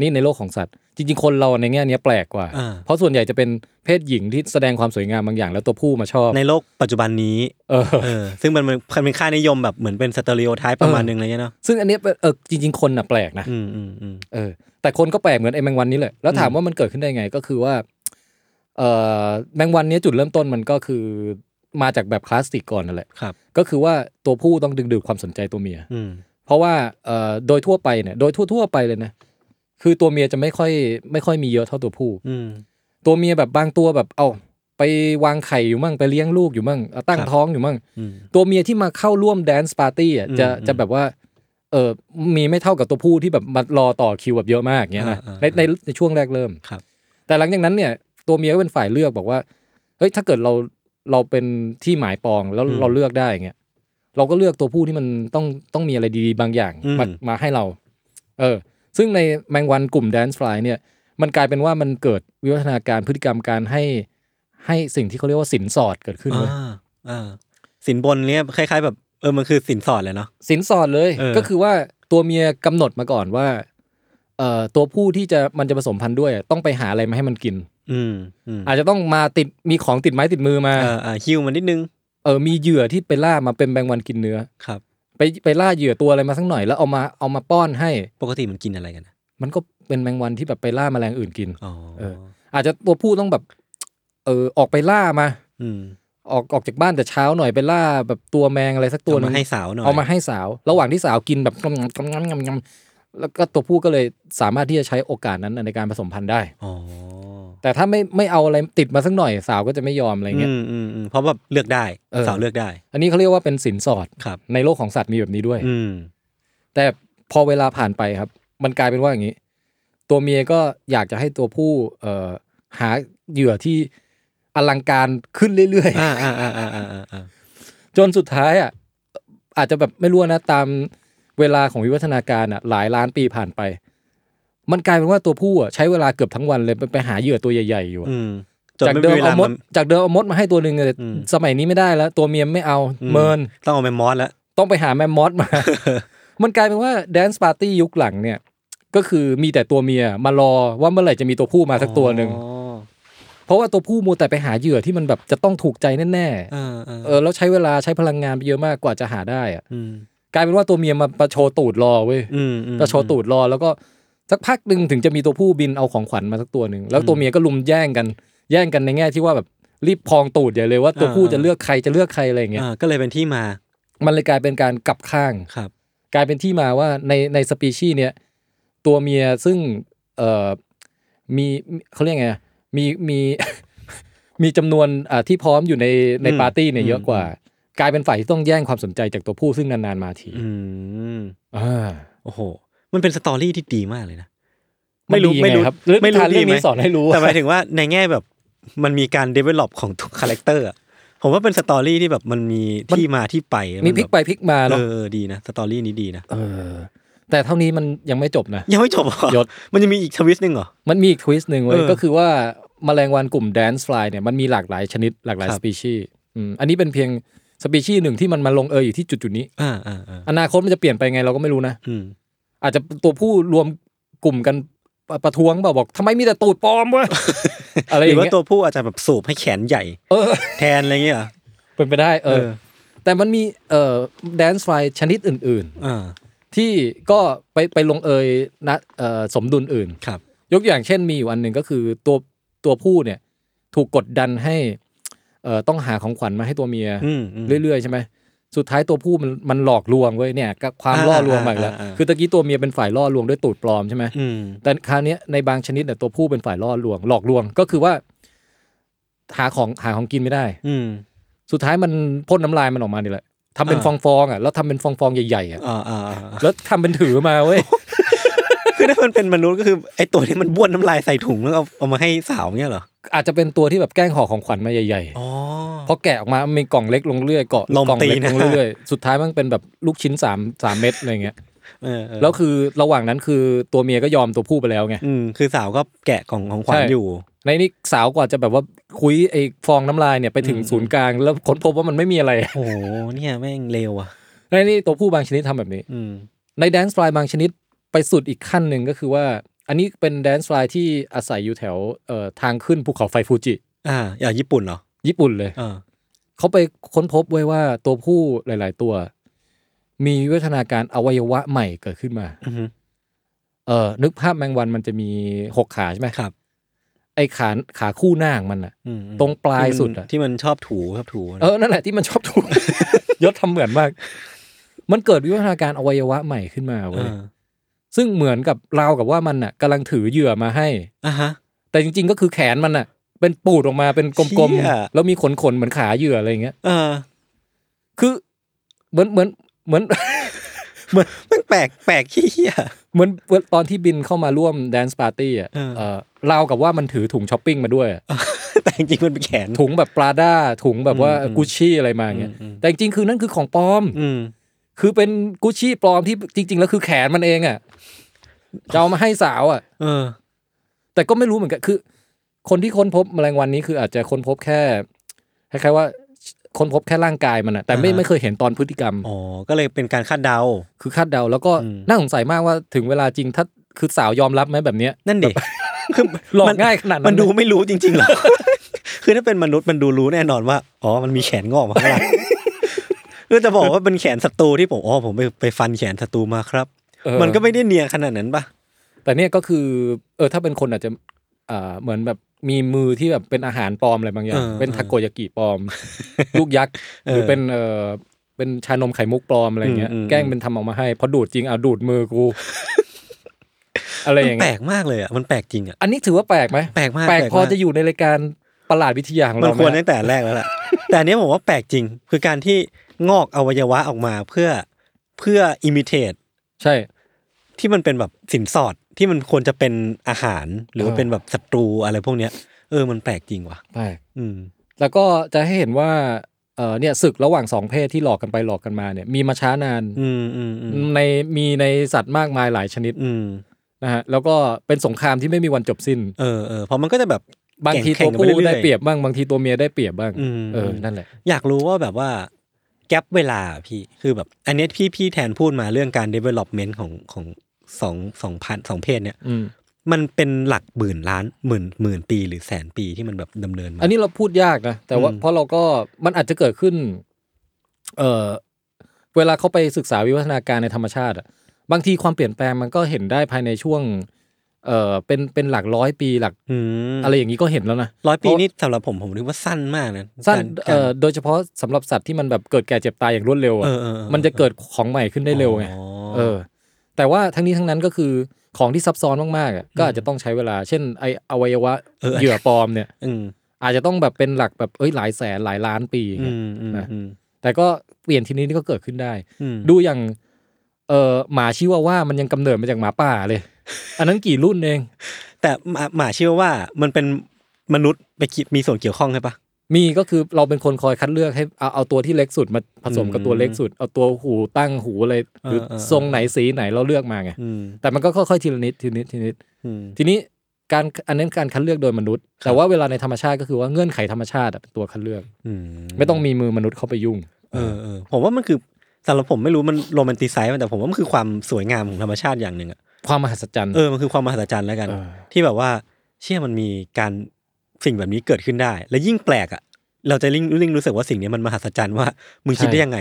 Speaker 3: นี่ในโลกของสัตว์ จริง ๆ คนเราในแง่เนี้ยแปลกกว่า
Speaker 2: อ่า
Speaker 3: เพราะส่วนใหญ่จะเป็นเพศหญิงที่แสดงความสวยงามบางอย่าง แล้วตัวผู้มาชอบ
Speaker 2: ในโลกปัจจุบันนี้
Speaker 3: เออ
Speaker 2: เออ ซึ่งมันมันเป็นค่านิยมแบบเหมือนเป็นสเตอริโอไทป์ประมาณ
Speaker 3: เออ
Speaker 2: นึงอะไรเงี้ยเนาะ
Speaker 3: ซึ่งอันเนี้ยเป็นเออจริง ๆ คนน่ะแปลกนะ
Speaker 2: อืมอืมอืม
Speaker 3: เออแต่คนก็แปลกเหมือนไอ้แมงวันนี้แหละแล้วถามว่ามันเกิดขึ้นได้ไงก็คือว่าเออแมงวันเนี้ยจุดเริ่มต้นมันก็คือมาจากแบบคลาสสิกก่อนนั่นแหละ
Speaker 2: ครับ
Speaker 3: ก็คือว่าตัวผู้ต้องดึงดูดความสนใจตัวเมีย
Speaker 2: อืม
Speaker 3: เพราะว่าเอ่อโดยทั่วไปเนี่ยโดยทั่วๆไปเลยนะคือตัวเมียจะไม่ค่อยไม่ค่อยมีเยอะเท่าตัวผู้
Speaker 2: อืม
Speaker 3: ตัวเมียแบบบางตัวแบบเอาไปวางไข่อยู่มั่งไปเลี้ยงลูกอยู่มั่งเอาตั้ง
Speaker 2: ครับ
Speaker 3: ท้องอยู่มั่ง
Speaker 2: อืม
Speaker 3: ตัวเมียที่มาเข้าร่วมแดนซ์ปาร์ตี้อ่ะจะ
Speaker 2: อืม
Speaker 3: จะแบบว่าเออมีไม่เท่ากับตัวผู้ที่แบบมารอต่อคิวแบบเยอะมากเงี้ยนะ
Speaker 2: อ่าๆ
Speaker 3: ในในในช่วงแรกเริ่ม
Speaker 2: ครับ
Speaker 3: แต่หลังจากนั้นเนี่ยตัวเมียก็เป็นฝ่ายเลือกบอกว่าเฮ้ยถ้าเกิดเราเราเป็นที่หมายปองแล้วเราเลือกได้เงี้ยเราก็เลือกตัวผู้ที่มันต้องต้องมีอะไรดีๆบางอย่าง
Speaker 2: อืม
Speaker 3: มามาให้เรา เออ ซึ่งในแมงวันกลุ่มแดนซ์ฟลายเนี่ย มันกลายเป็นว่ามันเกิดวิวัฒนาการพฤติกรรมการให้ให้สิ่งที่เขาเรียกว่าสินสอดเกิดขึ้นเลย
Speaker 2: อ่าอ่าสินบนเนี้ยคล้ายๆแบบเออมันคือสินสอดเลยเนาะ
Speaker 3: สินสอดเลย
Speaker 2: เออ
Speaker 3: ก็คือว่าตัวเมียกำหนดมาก่อนว่า เอ่อตัวผู้ที่จะมันจะผสมพันธุ์ด้วยต้องไปหาอะไรมาให้มันกิน
Speaker 2: อืมอืม
Speaker 3: อาจจะต้องมาติดมีของติดไม้ติดมือมา
Speaker 2: เอออ่าฮิวมันนิดนึง
Speaker 3: เออมีเหยื่อที่ไปล่ามาเป็นแมงวันกินเนื้อ
Speaker 2: ครับ
Speaker 3: ไปไปล่าเหยื่อตัวอะไรมาสักหน่อยแล้วเอามาเอามาป้อนให้
Speaker 2: ปกติมันกินอะไรกันนะ
Speaker 3: มันก็ เป็นแมงวันที่แบบไปล่าแมลงอื่นกิน
Speaker 2: อ๋อ
Speaker 3: เอาจจะตัวผู้ต้องแบบ เออออกไปล่ามา
Speaker 2: อืม
Speaker 3: ออกออกจากบ้านแต่เช้าหน่อยไปล่าแบบตัวแมงอะไรสักตัว
Speaker 2: เอา
Speaker 3: หนึ
Speaker 2: มาง ให้สาวหน่อย
Speaker 3: เอามาให้สาว ระหว่างที่สาวกินแบบงำงำงำงำงำแล้วก็ตัวผู้ก็เลยสามารถที่จะใช้โอกาสนั้นในการผสมพันธุ์ได้
Speaker 2: อ๋อ
Speaker 3: แต่ถ้าไม่ไม่เอาอะไรติดมาสักหน่อยสาวก็จะไม่ยอมอะไรเงี้ย
Speaker 2: อืมอืมอืมเพราะแบบเลือกได้
Speaker 3: เออ
Speaker 2: สาวเลือกได้
Speaker 3: อันนี้เขาเรียกว่าเป็นสินสอด
Speaker 2: ครับ
Speaker 3: ในโลกของสัตว์มีแบบนี้ด้วย
Speaker 2: อื
Speaker 3: [laughs]
Speaker 2: ม
Speaker 3: แต่พอเวลาผ่านไปครับ มันกลายเป็นว่าอย่างนี้ ตัวเมียก็อยากจะให้ตัวผู้เอ่อหาเหยื่อที่อลังการขึ้นเรื่อยๆ
Speaker 2: อ่าอ่าอ่าอ่าอ่าอ่าอ่า
Speaker 3: จนสุดท้ายอ่ะอาจจะแบบไม่รู้นะตามเวลาของวิวัฒนาการอ่ะหลายล้านปีผ่านไป มันกลายเป็นว่าตัวผู้อ่ะใช้เวลาเกือบทั้งวันเลยไปไปหาเหยื่อตัวใหญ่ๆอยู่อะ
Speaker 2: อืมจน
Speaker 3: จาก
Speaker 2: ไม่
Speaker 3: เดิม
Speaker 2: มีเว
Speaker 3: เอา
Speaker 2: ลาม
Speaker 3: ด
Speaker 2: น
Speaker 3: จากเดิมเอามดมาให้ตัวหนึ่งเลย
Speaker 2: อืม
Speaker 3: สมัยนี้ไม่ได้แล้ว ตัวเมียไม่เอา
Speaker 2: อืม
Speaker 3: เมิน
Speaker 2: ต้องเอาแมมมอสแล้ว
Speaker 3: ต้องไปหาแมมมอ
Speaker 2: [laughs]
Speaker 3: สมา มันกลายเป็นว่าแดนซ์ปาร์ตี้ยุคหลังเนี่ย ก็คือมีแต่ตัวเมียมารอว่าเมื่อไหร่จะมีตัวผู้มาสักตัวหนึ่ง
Speaker 2: อ๋อ
Speaker 3: เพราะว่าตัวผู้มัวแต่ไปหาเหยื่อที่มันแบบจะต้องถูกใจแน่
Speaker 2: เออเอ
Speaker 3: ๆ
Speaker 2: อ
Speaker 3: เออแล้วใช้เวลาใช้พลังงานไปเยอะมากกว่าจะหาได้อะ
Speaker 2: อืม
Speaker 3: กลายเป็นว่าตัวเมียมาประโชว์ตูดรอเว้ย
Speaker 2: อืมอืม
Speaker 3: ประโชว์ตูดรอแล้วก็สักพักหนึ่งถึงจะมีตัวผู้บินเอาของขวัญมาสักตัวหนึ่งแล้วตัวเมียก็ลุมแย่งกัน แย่งกันในแง่ที่ว่าแบบรีบพองตูดใหญ่เลยว่าตัวผู้จะเลือกใครจะเลือกใครอะไรอย่างเงี้ย
Speaker 2: อ่าก็เลยเป็นที่มา
Speaker 3: มันเลยกลายเป็นการกลับข้าง
Speaker 2: ครับ
Speaker 3: กลายเป็นที่มาว่าในในสปีชีส์เนี้ยตัวเมียซึ่งเอ่อมีเขาเรียกไงอะมีมี [laughs] มีจำนวนอ่าที่พร้อมอยู่ในใน
Speaker 2: อืม
Speaker 3: ปาร์ตี้เนี่ยเยอะ
Speaker 2: อืม
Speaker 3: กว่า กลายเป็นฝ่ายที่ต้องแย่งความสนใจจากตัวผู้ซึ่งนานๆมาที
Speaker 2: อืม
Speaker 3: อ่า
Speaker 2: โอ้โห มันเป็นสตอรี่ที่ดีมากเลยนะ
Speaker 3: ไม่รู้
Speaker 2: ไม่
Speaker 3: ไม่
Speaker 2: รู้
Speaker 3: รู้ครับ
Speaker 2: ไม่
Speaker 3: นิ
Speaker 2: รู้
Speaker 3: ทานเรื่อง
Speaker 2: ดีไหม
Speaker 3: นี้สอนให้รู้
Speaker 2: แต่หมาย
Speaker 3: ว่า
Speaker 2: ถึงว่าในแง่แบบมันมีการ develop ของทุกคาแรคเตอร์ผมว่าเป็นสตอรี่ที่แบบมันมีที่มาที่ไป
Speaker 3: มีพลิกไปพลิกมา
Speaker 2: เอ
Speaker 3: เนาะ
Speaker 2: อดีนะสตอรี่นี้ดีนะ
Speaker 3: เออ แต่เท่านี้มันยังไม่จบนะ
Speaker 2: ยังไม่จบเหรอย
Speaker 3: ศ
Speaker 2: มันยังมีอีกทวิสต์หนึ่งเหรอ
Speaker 3: มันมีอีกทวิสต์หนึ่งเว้ย
Speaker 2: เออ
Speaker 3: ก็คือว่าแมลงวันกลุ่มแดนซ์ฟลายเนี่ยมันมีหลากหลายชนิดหลากหลาย
Speaker 2: ครั
Speaker 3: ส
Speaker 2: บ
Speaker 3: ปีชีส์อืมอันนี้เป็นเพียงสปีชีส์หนึ่งที่มันมาลงเอยอยู่ที่จุดจุดๆนี้
Speaker 2: อ่าอ่าอ่า
Speaker 3: อนาคตมันจะเปลี่ยนไปไงเราก็ไม่รู้นะ
Speaker 2: อืม
Speaker 3: อาจจะตัวผู้รวมกลุ่มกันปประท้วงเปล่าบอกทำไมมีแต่ตูดปลอม
Speaker 2: [laughs]
Speaker 3: วะ อะไรอ
Speaker 2: หรื
Speaker 3: ย่าง
Speaker 2: อว่า
Speaker 3: เงี้ย
Speaker 2: ตัวผู้อาจจะแบบสูบให้แขนใหญ่
Speaker 3: เออ
Speaker 2: แทนอะไรเงี้ยเหรอ
Speaker 3: เป็นไปได้เออ แต่มันมีเอ่อแดนซ์ฟลายชนิดอื่น ๆ
Speaker 2: เอ่า
Speaker 3: ที่ก็ไปไปลงเอยนะเอ่อสมดุลอื่น
Speaker 2: ครับ
Speaker 3: ยกอย่างเช่นมีอยู่อันหนึ่งก็คือตัวตัวผู้เนี่ยถูกกดดันให้เอ่อต้องหาของขวัญมาให้ตัวเมีย
Speaker 2: อืมอืม
Speaker 3: เรื่อยๆใช่ไหมสุดท้ายตัวผู้มันมันหลอกลวงเว้ยเนี่ยกับความล่อลวงมาอีกแล้ว
Speaker 2: อ่าอ่าอ่า
Speaker 3: คือตะกี้ตัวเมียเป็นฝ่ายล่อลวงด้วยตูดปลอมใช่ไหม
Speaker 2: อืม
Speaker 3: แต่คราวเนี้ยในบางชนิดเนี่ยตัวผู้เป็นฝ่ายล่อลวง หลอกลวงก็คือว่า หาของหาของกินไม่ได้
Speaker 2: อืม
Speaker 3: สุดท้ายมันพ่นน้ำลายมันออกมานี่แหละทำเป็นฟ
Speaker 2: อ่า
Speaker 3: องๆอ่ะแล้วทำเป็นฟองๆใหญ่ๆอ่ะ
Speaker 2: อ่าอ่าอ่า
Speaker 3: แล้วทำเป็นถือมาเว้ย
Speaker 2: คือถ้ามันเป็นมนุษย์ก็คือไอตัวนี้มันบ้วนน้ำลายใส่ถุงแล้วเอาเอามาให้สาวเงี้ยเหรอ
Speaker 3: อาจจะเป็นตัวที่แบบแกล้งห่อของขวัญมาใหญ่
Speaker 2: อ๋อ
Speaker 3: ๆ พอแกะออกมามันมีกล่องเล็กลงเรื่อยๆเกาะ
Speaker 2: ลม
Speaker 3: กล่องเล็ก
Speaker 2: ตี
Speaker 3: ล
Speaker 2: นะ
Speaker 3: งเรื่อยๆ สุดท้ายมันเป็นแบบลูกชิ้นสามสามเม็ดอะไรเงี้ย
Speaker 2: เออเออ
Speaker 3: แล้วคือระหว่างนั้นคือตัวเมียก็ยอมตัวผู้ไปแล้วไง
Speaker 2: อืมคือสาวก็แกะกล่องของขวัญ
Speaker 3: ใช่
Speaker 2: อยู่
Speaker 3: ในนี้สาวกว่าจะแบบว่าคุยไอ้ฟองน้ำลายเนี่ยไปถึงศูนย์กลางแล้วค้นพบว่ามันไม่มีอะไร [laughs]
Speaker 2: โอ้โหเนี่ยแม่งเลวอ่ะ
Speaker 3: ในนี้ตัวผู้บางชนิดทำแบบนี้
Speaker 2: อืม
Speaker 3: ในแดนซ์ฟลายบางชนิดไปสุดอีกขั้นหนึ่งก็คือว่า อันนี้เป็นแดนซ์ฟลายที่อาศัยอยู่แถวเอ่อทางขึ้นภูเขาไฟฟูจิ
Speaker 2: อ่า อย่างญี่ปุ่นเหรอ
Speaker 3: ญี่ปุ่นเลย
Speaker 2: อ่า
Speaker 3: เขาไปค้นพบไว้ว่าตัวผู้หลาย ๆ ตัว มีวิวัฒนาการอวัยวะใหม่เกิดขึ้นมา
Speaker 2: อือฮึ
Speaker 3: เออนึกภาพแมงวันมันจะมีหกขาใช่ไหม
Speaker 2: ครับ
Speaker 3: ไอขาขาคู่หน้าของมันอะ
Speaker 2: อืมอืม
Speaker 3: ตรงปลายสุดอะ
Speaker 2: ที่มันที่มันชอบถูชอบถูนะ
Speaker 3: เออนั่นแหละที่มันชอบถู [laughs] ก ยศทำเหมือนมาก มันเกิดวิวัฒนาการอวัยวะใหม่ขึ้นมาเว้ย
Speaker 2: า
Speaker 3: ซึ่งเหมือนกับราวกับว่ามันอะกำลังถือเหยื่อมาให้
Speaker 2: อ่ะฮะ
Speaker 3: แต่จริง ๆ ก็คือแขนมันอะเป็นปูดออกมาเป็นกลม
Speaker 2: เชี่ย
Speaker 3: ๆแล้วมีขนๆเหมือนขาเหยื่ออะไรอย่างเงี้ย
Speaker 2: เออ
Speaker 3: คือเหมือนเหมือนเหมือน
Speaker 2: แม่งแปลกแปลกขี้เหี้ย
Speaker 3: เหมือนเหมือนตอนที่บินเข้ามาร่วมแดนซ์ปาร์ตี้อ่ะ
Speaker 2: เออ
Speaker 3: เอ่อราวกับว่ามันถือถุงช้อปปิ้งมาด้วยอะ
Speaker 2: แต่จริงๆมันเป็นแขน
Speaker 3: ถุงแบบปลาด้าถุงแบบว่า
Speaker 2: อืม
Speaker 3: กุชชี่อะไรมาอย่างเงี้ย
Speaker 2: อืม
Speaker 3: แต่จริงๆคือนั่นคือของปลอม
Speaker 2: อืม
Speaker 3: คือเป็นกุชชี่ปลอมที่จริง ๆ แล้วคือแขนมันเองอ่ะจะเอามาให้สาวอ่ะ
Speaker 2: เออ
Speaker 3: แต่ก็ไม่รู้เหมือนกันคือ คนที่ค้นพบแมลงวันนี้คืออาจจะค้นพบแค่คล้ายๆว่าค้นพบแค่ร่างกายมันอ่ะแต่ไม่
Speaker 2: อ่าฮะ
Speaker 3: ไม่เคยเห็นตอนพฤติกรรม
Speaker 2: อ๋อ ก็เลยเป็นการคาดเดา
Speaker 3: คือคาดเดาแล้วก็
Speaker 2: อืม
Speaker 3: น่าสงสัยมากว่าถึงเวลาจริงถ้าคือสาวยอมรับไหมแบบเนี้ย
Speaker 2: นั่นดิคือ
Speaker 3: [laughs] หลอก
Speaker 2: มัน
Speaker 3: ง่ายขนาดนั้น
Speaker 2: มันดู
Speaker 3: เลย
Speaker 2: ไม่รู้จริงๆหรอ [laughs] คือถ้าเป็นมนุษย์มันดูรู้แน่นอนว่า อ๋อ มันมีแขนงอกมา
Speaker 3: [laughs]
Speaker 2: ข้างหลังคือจะบอกว่าเป็นแขนศัตรูที่ผม อ๋อ ผมไปไปฟันแขนศัตรูมาครับ
Speaker 3: เออ
Speaker 2: มันก็ไม่ได้เนียนขนาดนั้นปะ
Speaker 3: แต่เนี่ยก็คือเออถ้าเป็นคนอาจจะอ่าเหมือนแบบมีมือที่แบบเป็นอาหารปลอมอะไรบางอย่าง
Speaker 2: เออ
Speaker 3: เป็นทาโกยากิปล
Speaker 2: [laughs]
Speaker 3: อม ลูกยักษ์
Speaker 2: เออ
Speaker 3: หรือเป็นเออเป็นชานมไข่มุกปลอมอะไรเงี้ย
Speaker 2: อืมอืม
Speaker 3: แกล้งเป็นทำออกมาให้พอดูดจริงเอาดูดมือ
Speaker 2: [laughs]
Speaker 3: กู อะไร
Speaker 2: มั
Speaker 3: อย่าง
Speaker 2: นแปล
Speaker 3: เงี้ย
Speaker 2: กมากเลยอ่ะมันแปลกจริงอ่ะ
Speaker 3: อันนี้ถือว่าแปลกไหม
Speaker 2: แปลกมาก
Speaker 3: แปลก
Speaker 2: แปลกมาก
Speaker 3: พอจะอยู่ในรายการประหลาดวิทยาของ
Speaker 2: มัน
Speaker 3: เราไห
Speaker 2: ควร
Speaker 3: ม
Speaker 2: ตั้งแต่แรกแล้วล่ะ แต่อันเนี้ยผมว่าแปลกจริง คือการที่งอกอวัยวะออกมาเพื่อเพื่ออิมิเตต
Speaker 3: ใช่
Speaker 2: ที่มันเป็นแบบสินสอดที่มันควรจะเป็นอาหาร หรือว่า
Speaker 3: เออ
Speaker 2: เป็นแบบศัตรูอะไรพวกเนี้ย เออมันแปลกจริงว่ะ
Speaker 3: แปลก
Speaker 2: อืม
Speaker 3: แล้วก็จะให้เห็นว่าเออเนี่ยศึกระหว่างสองเพศที่หลอกกันไปหลอกกันมาเนี่ยมีมาช้านาน
Speaker 2: อืมอืมอืม
Speaker 3: ในมีในสัตว์มากมายหลายชนิด
Speaker 2: อืม
Speaker 3: นะฮะแล้วก็เป็นสงครามที่ไม่มีวันจบสิ้น
Speaker 2: เออเออเพราะมันก็จะแบบ
Speaker 3: บางที
Speaker 2: แข่
Speaker 3: ตัว
Speaker 2: งๆกันไป
Speaker 3: ผู้
Speaker 2: เรื่อยๆ
Speaker 3: ได้เปรียบบ้างบางทีตัวเมียได้เปรียบบ้าง
Speaker 2: อืม
Speaker 3: เออนั่นแหละ
Speaker 2: อยากรู้ว่าแบบว่าแกลบเวลาพี่ คือแบบ อันเนี้ยพี่พี่แทนพูดมาเรื่องการ development ของของสองสองพันสองเพศเนี่ย
Speaker 3: อืม
Speaker 2: มันเป็นหลักหมื่นล้านหมื่นหมื่นปีหรือแสนปีที่มันแบบดำเนินมา
Speaker 3: อันนี้เราพูดยากนะแต่ว่า
Speaker 2: อืม
Speaker 3: เพราะเราก็มันอาจจะเกิดขึ้น เออเวลาเขาไปศึกษาวิวัฒนาการในธรรมชาติอะบางทีความเปลี่ยนแปลงมันก็เห็นได้ภายในช่วง เออเป็นเป็นหลักร้อยปีหลัก
Speaker 2: อืม
Speaker 3: อะไรอย่างนี้ก็เห็นแล้วนะ
Speaker 2: ร้อยปี
Speaker 3: เพราะ
Speaker 2: นี่สำหรับผมผมนึกว่าสั้นมากนะ
Speaker 3: สั้น
Speaker 2: การ
Speaker 3: เอ่อโดยเฉพาะสำหรับสัตว์ที่มันแบบเกิดแก่เจ็บตายอย่างรวดเร็ว
Speaker 2: เอ
Speaker 3: อ่ะ
Speaker 2: อเออออ
Speaker 3: มันจะเกิดของใหม่ขึ้นได้เร็วไง
Speaker 2: อ๋อ
Speaker 3: เออ แต่ว่าทั้งนี้ทั้งนั้นก็คือของที่ซับซ้อนมากๆอ่ะก็อาจจะต้องใช้เวลา เช่นไออวัยวะเหยื่อปลอมเนี่ย
Speaker 2: อืม
Speaker 3: อาจจะต้องแบบเป็นหลักแบบเอ้ยหลายแสนหลายล้านปีอย่าง
Speaker 2: อื
Speaker 3: เงี้ย
Speaker 2: มอืมอืม
Speaker 3: แต่ก็เปลี่ยนทีนี้นี่ก็เกิดขึ้นได้
Speaker 2: อืม
Speaker 3: ดูอย่างเออหมาชิวาว่ามันยังกำเนิดมาจากหมาป่าเลย
Speaker 2: [laughs]
Speaker 3: อันนั้นกี่รุ่นเอง
Speaker 2: แต่หมาหมาเชื่อว่ามันเป็นมนุษย์ไปคิดมีส่วนเกี่ยวข้องใช่ปะ
Speaker 3: มีก็คือเราเป็นคนคอยคัดเลือกให้เอาเอาตัวที่เล็กสุดมาผสมกับตัวเล็กสุด เอาตัวหูตั้งหูอะไรหรือ
Speaker 2: เออเออ
Speaker 3: ทรงไหนสีไหนเราเลือกมาไง
Speaker 2: อืม
Speaker 3: แต่มันก็ค่อยๆทีละนิดทีละนิดทีละนิด
Speaker 2: อืม
Speaker 3: ทีนี้การอันนั้นการคัดเลือกโดยมนุษย์ แต่ว่าเวลาในธรรมชาติก็คือว่าเงื่อนไขธรรมชาติอะเป็นตัวคัดเลือก
Speaker 2: อืม
Speaker 3: ไม่ต้องมีมือมนุษย์เข้าไปยุ่ง
Speaker 2: เออเออผมว่ามันคือสำหรับผมไม่รู้มันโรแมนติไซส์มันแต่ผมว่ามันคือความสวยงามของธรรมชาติอย่างหนึ่งอะ
Speaker 3: ความมหัศจรรย์
Speaker 2: เออมันคือความมหัศจรรย์แล้วกัน
Speaker 3: เออ
Speaker 2: ที่แบบว่าเชื่อมันมีการสิ่งแบบนี้เกิดขึ้นได้ และยิ่งแปลกอะเราจะริ่งริ่งรู้สึกว่าสิ่งนี้มันมหัศจรรย์ว่ามึงคิดได้ยังไง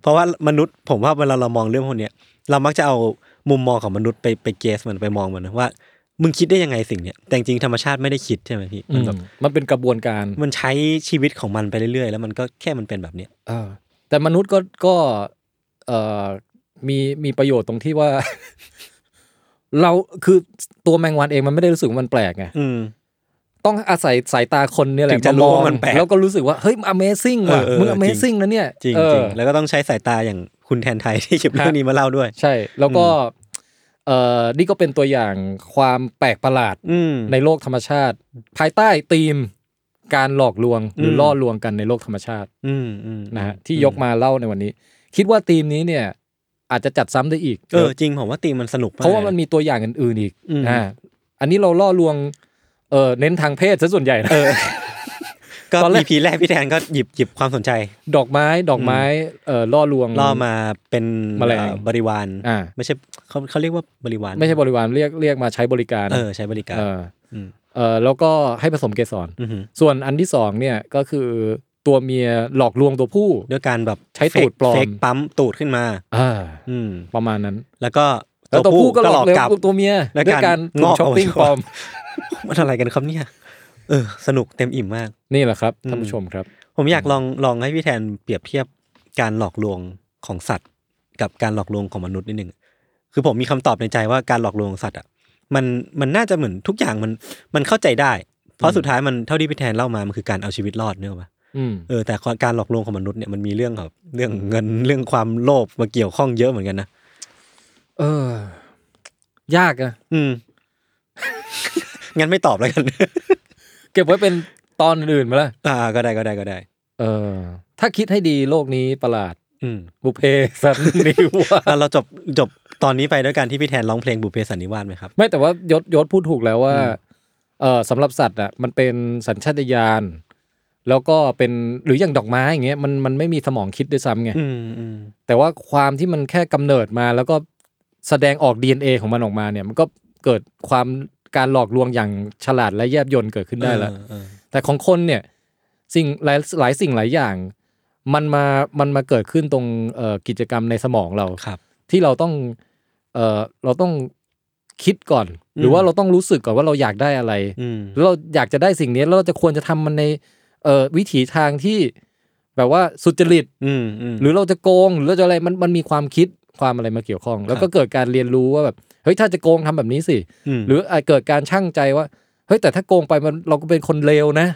Speaker 2: เพราะว่ามนุษย์ผมว่าเวลาเรามองเรื่องพวกเนี้ยเรามักจะเอามุมมองของมนุษย์ไปไปเกสมันไปมองมันนะว่า มึงคิดได้ยังไงสิ่งเนี้ยแต่จริงๆธรรมชาติไม่ได้คิดใช่ไหมพี่
Speaker 3: อื
Speaker 2: มัน
Speaker 3: ม
Speaker 2: แบบ
Speaker 3: มันเป็นกระบวนการ
Speaker 2: มันใช้ชีวิตของมันไปเรื่อยๆ แล้วมันก็แค่มันเป็นแบบเนี้ย
Speaker 3: เออแต่มนุษย์ก็ก็เออมีมีประโยชน์ตรงที่ว่า [laughs] เราคือตัวแมงวันเองมันไม่ได้รู้สึกว่ามันแปลกไง
Speaker 2: อืม
Speaker 3: ต้องอาศัยสายตาคนเนี่ยแหละ
Speaker 2: ถึงจะรู้
Speaker 3: มอง
Speaker 2: ว่ามันแปลก
Speaker 3: แล้วก็รู้สึกว่าเฮ้ย amazing ว่ะ
Speaker 2: เออเออ
Speaker 3: มึง
Speaker 2: จริง
Speaker 3: amazing นะเนี่ย
Speaker 2: จริง
Speaker 3: เออ
Speaker 2: จริงแล้วก็ต้องใช้สายตาอย่างคุณแทนไทยที่เก็บ
Speaker 3: ครับ
Speaker 2: เรื่องนี้มาเล่าด้วย
Speaker 3: ใช่ แล้วก็เออนี่ก็เป็นตัวอย่างความแปลกประหลาด
Speaker 2: อืม
Speaker 3: ในโลกธรรมชาติ ภายใต้ธีมการหลอกลวงหรืออ
Speaker 2: ม
Speaker 3: ล่อลวงกันในโลกธรรมชาติ
Speaker 2: อืมอืม
Speaker 3: นะฮะที่ยกมาเล่าในวันนี้ คิดว่าธีมนี้เนี่ย อาจจะจัดซ้ำได้อีก
Speaker 2: เออจริงผมว่าตีมมันสนุกก
Speaker 3: เพราะว่ามัน
Speaker 2: ลย
Speaker 3: มีตัวอย่างอื่นๆอีก
Speaker 2: อืม
Speaker 3: อ่าอันนี้เราล่อลวงเออเน้นทางเพศซะส่วนใหญ่นะ
Speaker 2: เออ ก็
Speaker 3: ตอนแรก
Speaker 2: อีพีแรกพี่แทนก็หยิบหยิบความสนใจ
Speaker 3: [laughs] ดอกไม้ดอกไม้เออล่อลวง
Speaker 2: ล่อมาเป็น
Speaker 3: แมลง
Speaker 2: เอ่อบริวาร
Speaker 3: อ่า
Speaker 2: ไม่ใช่เขาเขาเรียกว่าบริวาร
Speaker 3: ไม่ใช่บริวารเรียกเรียกมาใช้บริการ
Speaker 2: เออใช้บริการ
Speaker 3: เอออ
Speaker 2: ม
Speaker 3: เออแล้วก็ให้ผสมเกสร
Speaker 2: หือ
Speaker 3: ส่วนอันที่สองเนี่ยก็คือตัวเมียหลอกลวงตัวผู้
Speaker 2: ด้วยการแบบ
Speaker 3: ใช้ตูดปลอม
Speaker 2: เฟกปั๊มตูดขึ้นมา
Speaker 3: อ่า
Speaker 2: อืม
Speaker 3: ประมาณนั้น
Speaker 2: แล้วก็
Speaker 3: แล้วตัวผู้ก็หลอกเลยตัวเมีย
Speaker 2: และ
Speaker 3: ด้วยการ
Speaker 2: งอก
Speaker 3: ช้อปปิ้งปลอม
Speaker 2: มันอะไรกันครับเนี่ยเออ สนุกเต็มอิ่มมาก
Speaker 3: นี่แหละครับท่านผู้ชมครับ
Speaker 2: ผมอยากลองลองให้พี่แทนเปรียบเทียบการหลอกลวงของสัตว์ กับการหลอกลวงของมนุษย์นิดหนึ่งคือผมมีคำตอบในใจว่าการหลอกลวงของสัตว์อ่ะมันมันน่าจะเหมือนทุกอย่างมันมันเข้าใจได้ เพราะสุดท้ายมันเท่าที่พี่แทนเล่ามามันคือการเอาชีวิตรอดเนกอะปะ
Speaker 3: อืม
Speaker 2: เออแต่การหลอกลวงของมนุษย์เนี่ยมันมีเรื่องแบบเรื่องเงินเรื่องความโลภมาเกี่ยวข้องเยอะเหมือนกันนะ
Speaker 3: เออ ยากอะ
Speaker 2: อื [laughs] ม งั้นไม่ตอบแล้วกัน [laughs]
Speaker 3: เก็บไว้เป็นตอนอื่นมาละ
Speaker 2: อ่า ก็ได้ก็ได้ก็ได้
Speaker 3: เออ ถ้าคิดให้ดีโลกนี้ประหลาด
Speaker 2: อืม [laughs]
Speaker 3: บุพเพสันนิวาส
Speaker 2: แล้วเราจบจบตอนนี้ไปด้วยการที่พี่แทนร้องเพลงบุพเพสันนิวาสไหมครับ
Speaker 3: ไม่แต่ว่ายศยศพูดถูกแล้วว่า เออสำหรับสัตว์อะมันเป็นสัญชาตญาณแล้วก็เป็นหรืออย่างดอกไม้อย่างเงี้ยมันมันไม่มีสมองคิดด้วยซ้ำไง
Speaker 2: อืมอืม
Speaker 3: แต่ว่าความที่มันแค่กำเนิดมา แล้วก็แสดงออก DNA ของมันออกมาเนี่ย มันก็เกิดความการหลอกลวงอย่างฉลาดและแยบยลเกิดขึ้นได้แล้ว
Speaker 2: เออ
Speaker 3: แต่ของคนเนี่ยสิ่งหลายหลายสิ่งหลายอย่าง มันมามันมาเกิดขึ้นตรงเอ่อกิจกรรมในสมองเรา
Speaker 2: เออครับ
Speaker 3: ที่เราต้องเอ่อเราต้อง คิดก่อน หรือว่าเราต้องรู้สึกก่อนว่าเราอยากได้อะไร
Speaker 2: อืม
Speaker 3: แล้วเราอยากจะได้สิ่งนี้แล้วเราจะควรจะทำมันในเอ่อวิถีทางที่แบบว่าสุจริต
Speaker 2: อืมอืม
Speaker 3: หรือเราจะโกงหรือเราจะอะไรมันมันมีความคิดความอะไรมาเกี่ยวข้อง แล้วก็เกิดการเรียนรู้ว่าแบบเฮ้ยถ้าจะโกงทำแบบนี้สิ หรืออาจเกิดการชั่งใจว่าเฮ้ยแต่ถ้าโกงไปมันเราก็เป็นคนเลวนะ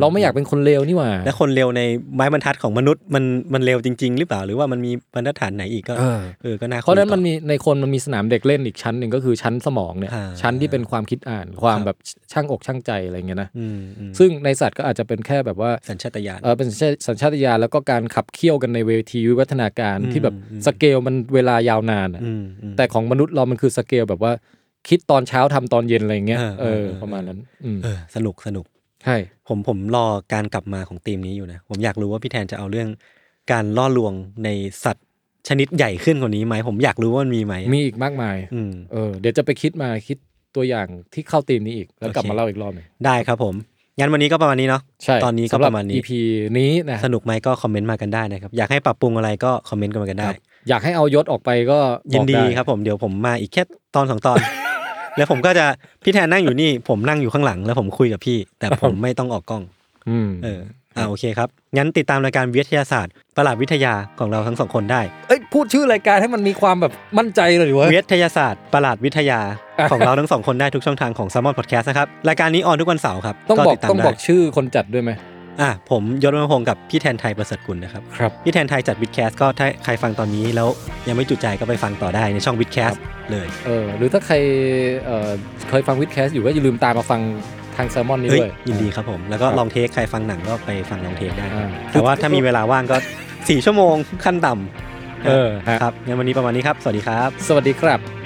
Speaker 3: เราไม่อยากเป็นคนเลวนี่หว่า
Speaker 2: และคนเร็วในไม้บรรทัดของมนุษย์มันมันเร็วจริง ๆ หรือเปล่า หรือว่ามันมีบรรทัดฐานไหนอีกก็
Speaker 3: เออ
Speaker 2: เออก็น่าคุย
Speaker 3: เพราะฉะนั้นมัน
Speaker 2: ต่อ
Speaker 3: มีในคนมันมีสนามเด็กเล่นอีกชั้นหนึ่งก็คือชั้นสมองเนี่ย
Speaker 2: อ่า
Speaker 3: ชั้นที่เป็นความคิดอ่านความ
Speaker 2: ครับ
Speaker 3: แบบช่างอกช่างใจอะไรเงี้ยนะ
Speaker 2: อืมอืม
Speaker 3: ซึ่งในสัตว์ก็อาจจะเป็นแค่แบบว่า
Speaker 2: สัญชาตญาณ
Speaker 3: เออเป็นสัญชาตญาณแล้วก็การขับเคี่ยวกันในเวทีวิวัฒนาการ
Speaker 2: อืม
Speaker 3: ที่แบบ
Speaker 2: อืม
Speaker 3: สเกลมันเวลายาวนานอะ
Speaker 2: มอืม
Speaker 3: แต่ของมนุษย์เรามันคือสเกลแบบว่าคิดตอนเช้าทำตอนเย็นอะไรเงี้ย
Speaker 2: อ่า
Speaker 3: เออ
Speaker 2: เออ
Speaker 3: ประมาณนั้นอืม
Speaker 2: เออสนุกสนุก
Speaker 3: ใช่
Speaker 2: ผมผมรอการกลับมาของธีมนี้อยู่นะ ผมอยากรู้ว่าพี่แทนจะเอาเรื่องการล่อลวงในสัตว์ชนิดใหญ่ขึ้นกว่านี้ไหมผมอยากรู้ว่ามันมีไหม
Speaker 3: มีอีกมากมาย
Speaker 2: อืม
Speaker 3: เออเดี๋ยวจะไปคิดมาคิดตัวอย่างที่เข้าธีมนี้อีก แล้วกลับ
Speaker 2: โอเค
Speaker 3: มาเล่าอีกรอบหนึง
Speaker 2: ได้ครับผมงั้นวันนี้ก็ประมาณนี้เนาะ
Speaker 3: ใช่
Speaker 2: ตอนนี้ก็
Speaker 3: สำห
Speaker 2: ประมาณนี้
Speaker 3: อีพีนี้นะ
Speaker 2: สนุกไหมก็คอมเมนต์มากันได้นะครับอยากให้ปรับปรุงอะไรก็คอมเมนต์กันมากัน
Speaker 3: ค
Speaker 2: ได้
Speaker 3: รับอยากให้เอายศออกไปก็
Speaker 2: ยิน
Speaker 3: อกไ
Speaker 2: ดีครับผมเดี๋ยวผมมาอีกแค่ตอนสองตอน แล้วผมก็จะพี่แทนนั่งอยู่นี่ ผมนั่งอยู่ข้างหลังแล้วผมคุยกับพี่ แต่ผมไม่ต้องออกกล้อง
Speaker 3: อืม
Speaker 2: เอออ่าโอเคครับ งั้นติดตามรายการวิทยาศาสตร์ประหลาดวิทยาของเราทั้งสองคนได้
Speaker 3: เอ้ยพูดชื่อรายการให้มันมีความแบบมั่นใจเลยดิเวะ
Speaker 2: วิทยาศาสตร์ประหลาดวิทยาของเราทั้งสองคนได้ทุกช่องทางของ s ซลมอนพอดแคสต์นะครับรายการนี้ออนทุกวันเสาร์ครับ
Speaker 3: ต้องบอก
Speaker 2: ติดาม
Speaker 3: ต้องบอก
Speaker 2: ได้
Speaker 3: ชื่อคนจัดด้วยไหม
Speaker 2: อ่ะผมยศมพงศ์กับพี่แทนไทยประเสริฐกุลนะครับ
Speaker 3: ครับ
Speaker 2: พี่แทนไทยจัดวิดแคสต์ก็ถ้าใครฟังตอนนี้แล้วยังไม่จุใจก็ไปฟังต่อได้ในช่องวิดแคสต์เลย
Speaker 3: เออหรือถ้าใครเอ่อเคยฟังวิดแคสต์อยู่ก็อย่าลืมตามมาฟังทางแซลมอนนี้
Speaker 2: เฮ้ย
Speaker 3: ด้วย
Speaker 2: ยินดีครับผม แล้วก็
Speaker 3: ครับ
Speaker 2: ลองเทคใครฟังหนังก็ไปฟังลองเทคได้
Speaker 3: อ่า
Speaker 2: แต่ว่าถ้ามีเวลาว่างก็ สี่ชั่วโมงขั้นต่ำ
Speaker 3: เออฮะ
Speaker 2: ครับงั้นวันนี้ประมาณนี้ครับสวัสดีครับ
Speaker 3: สวัสดีครับ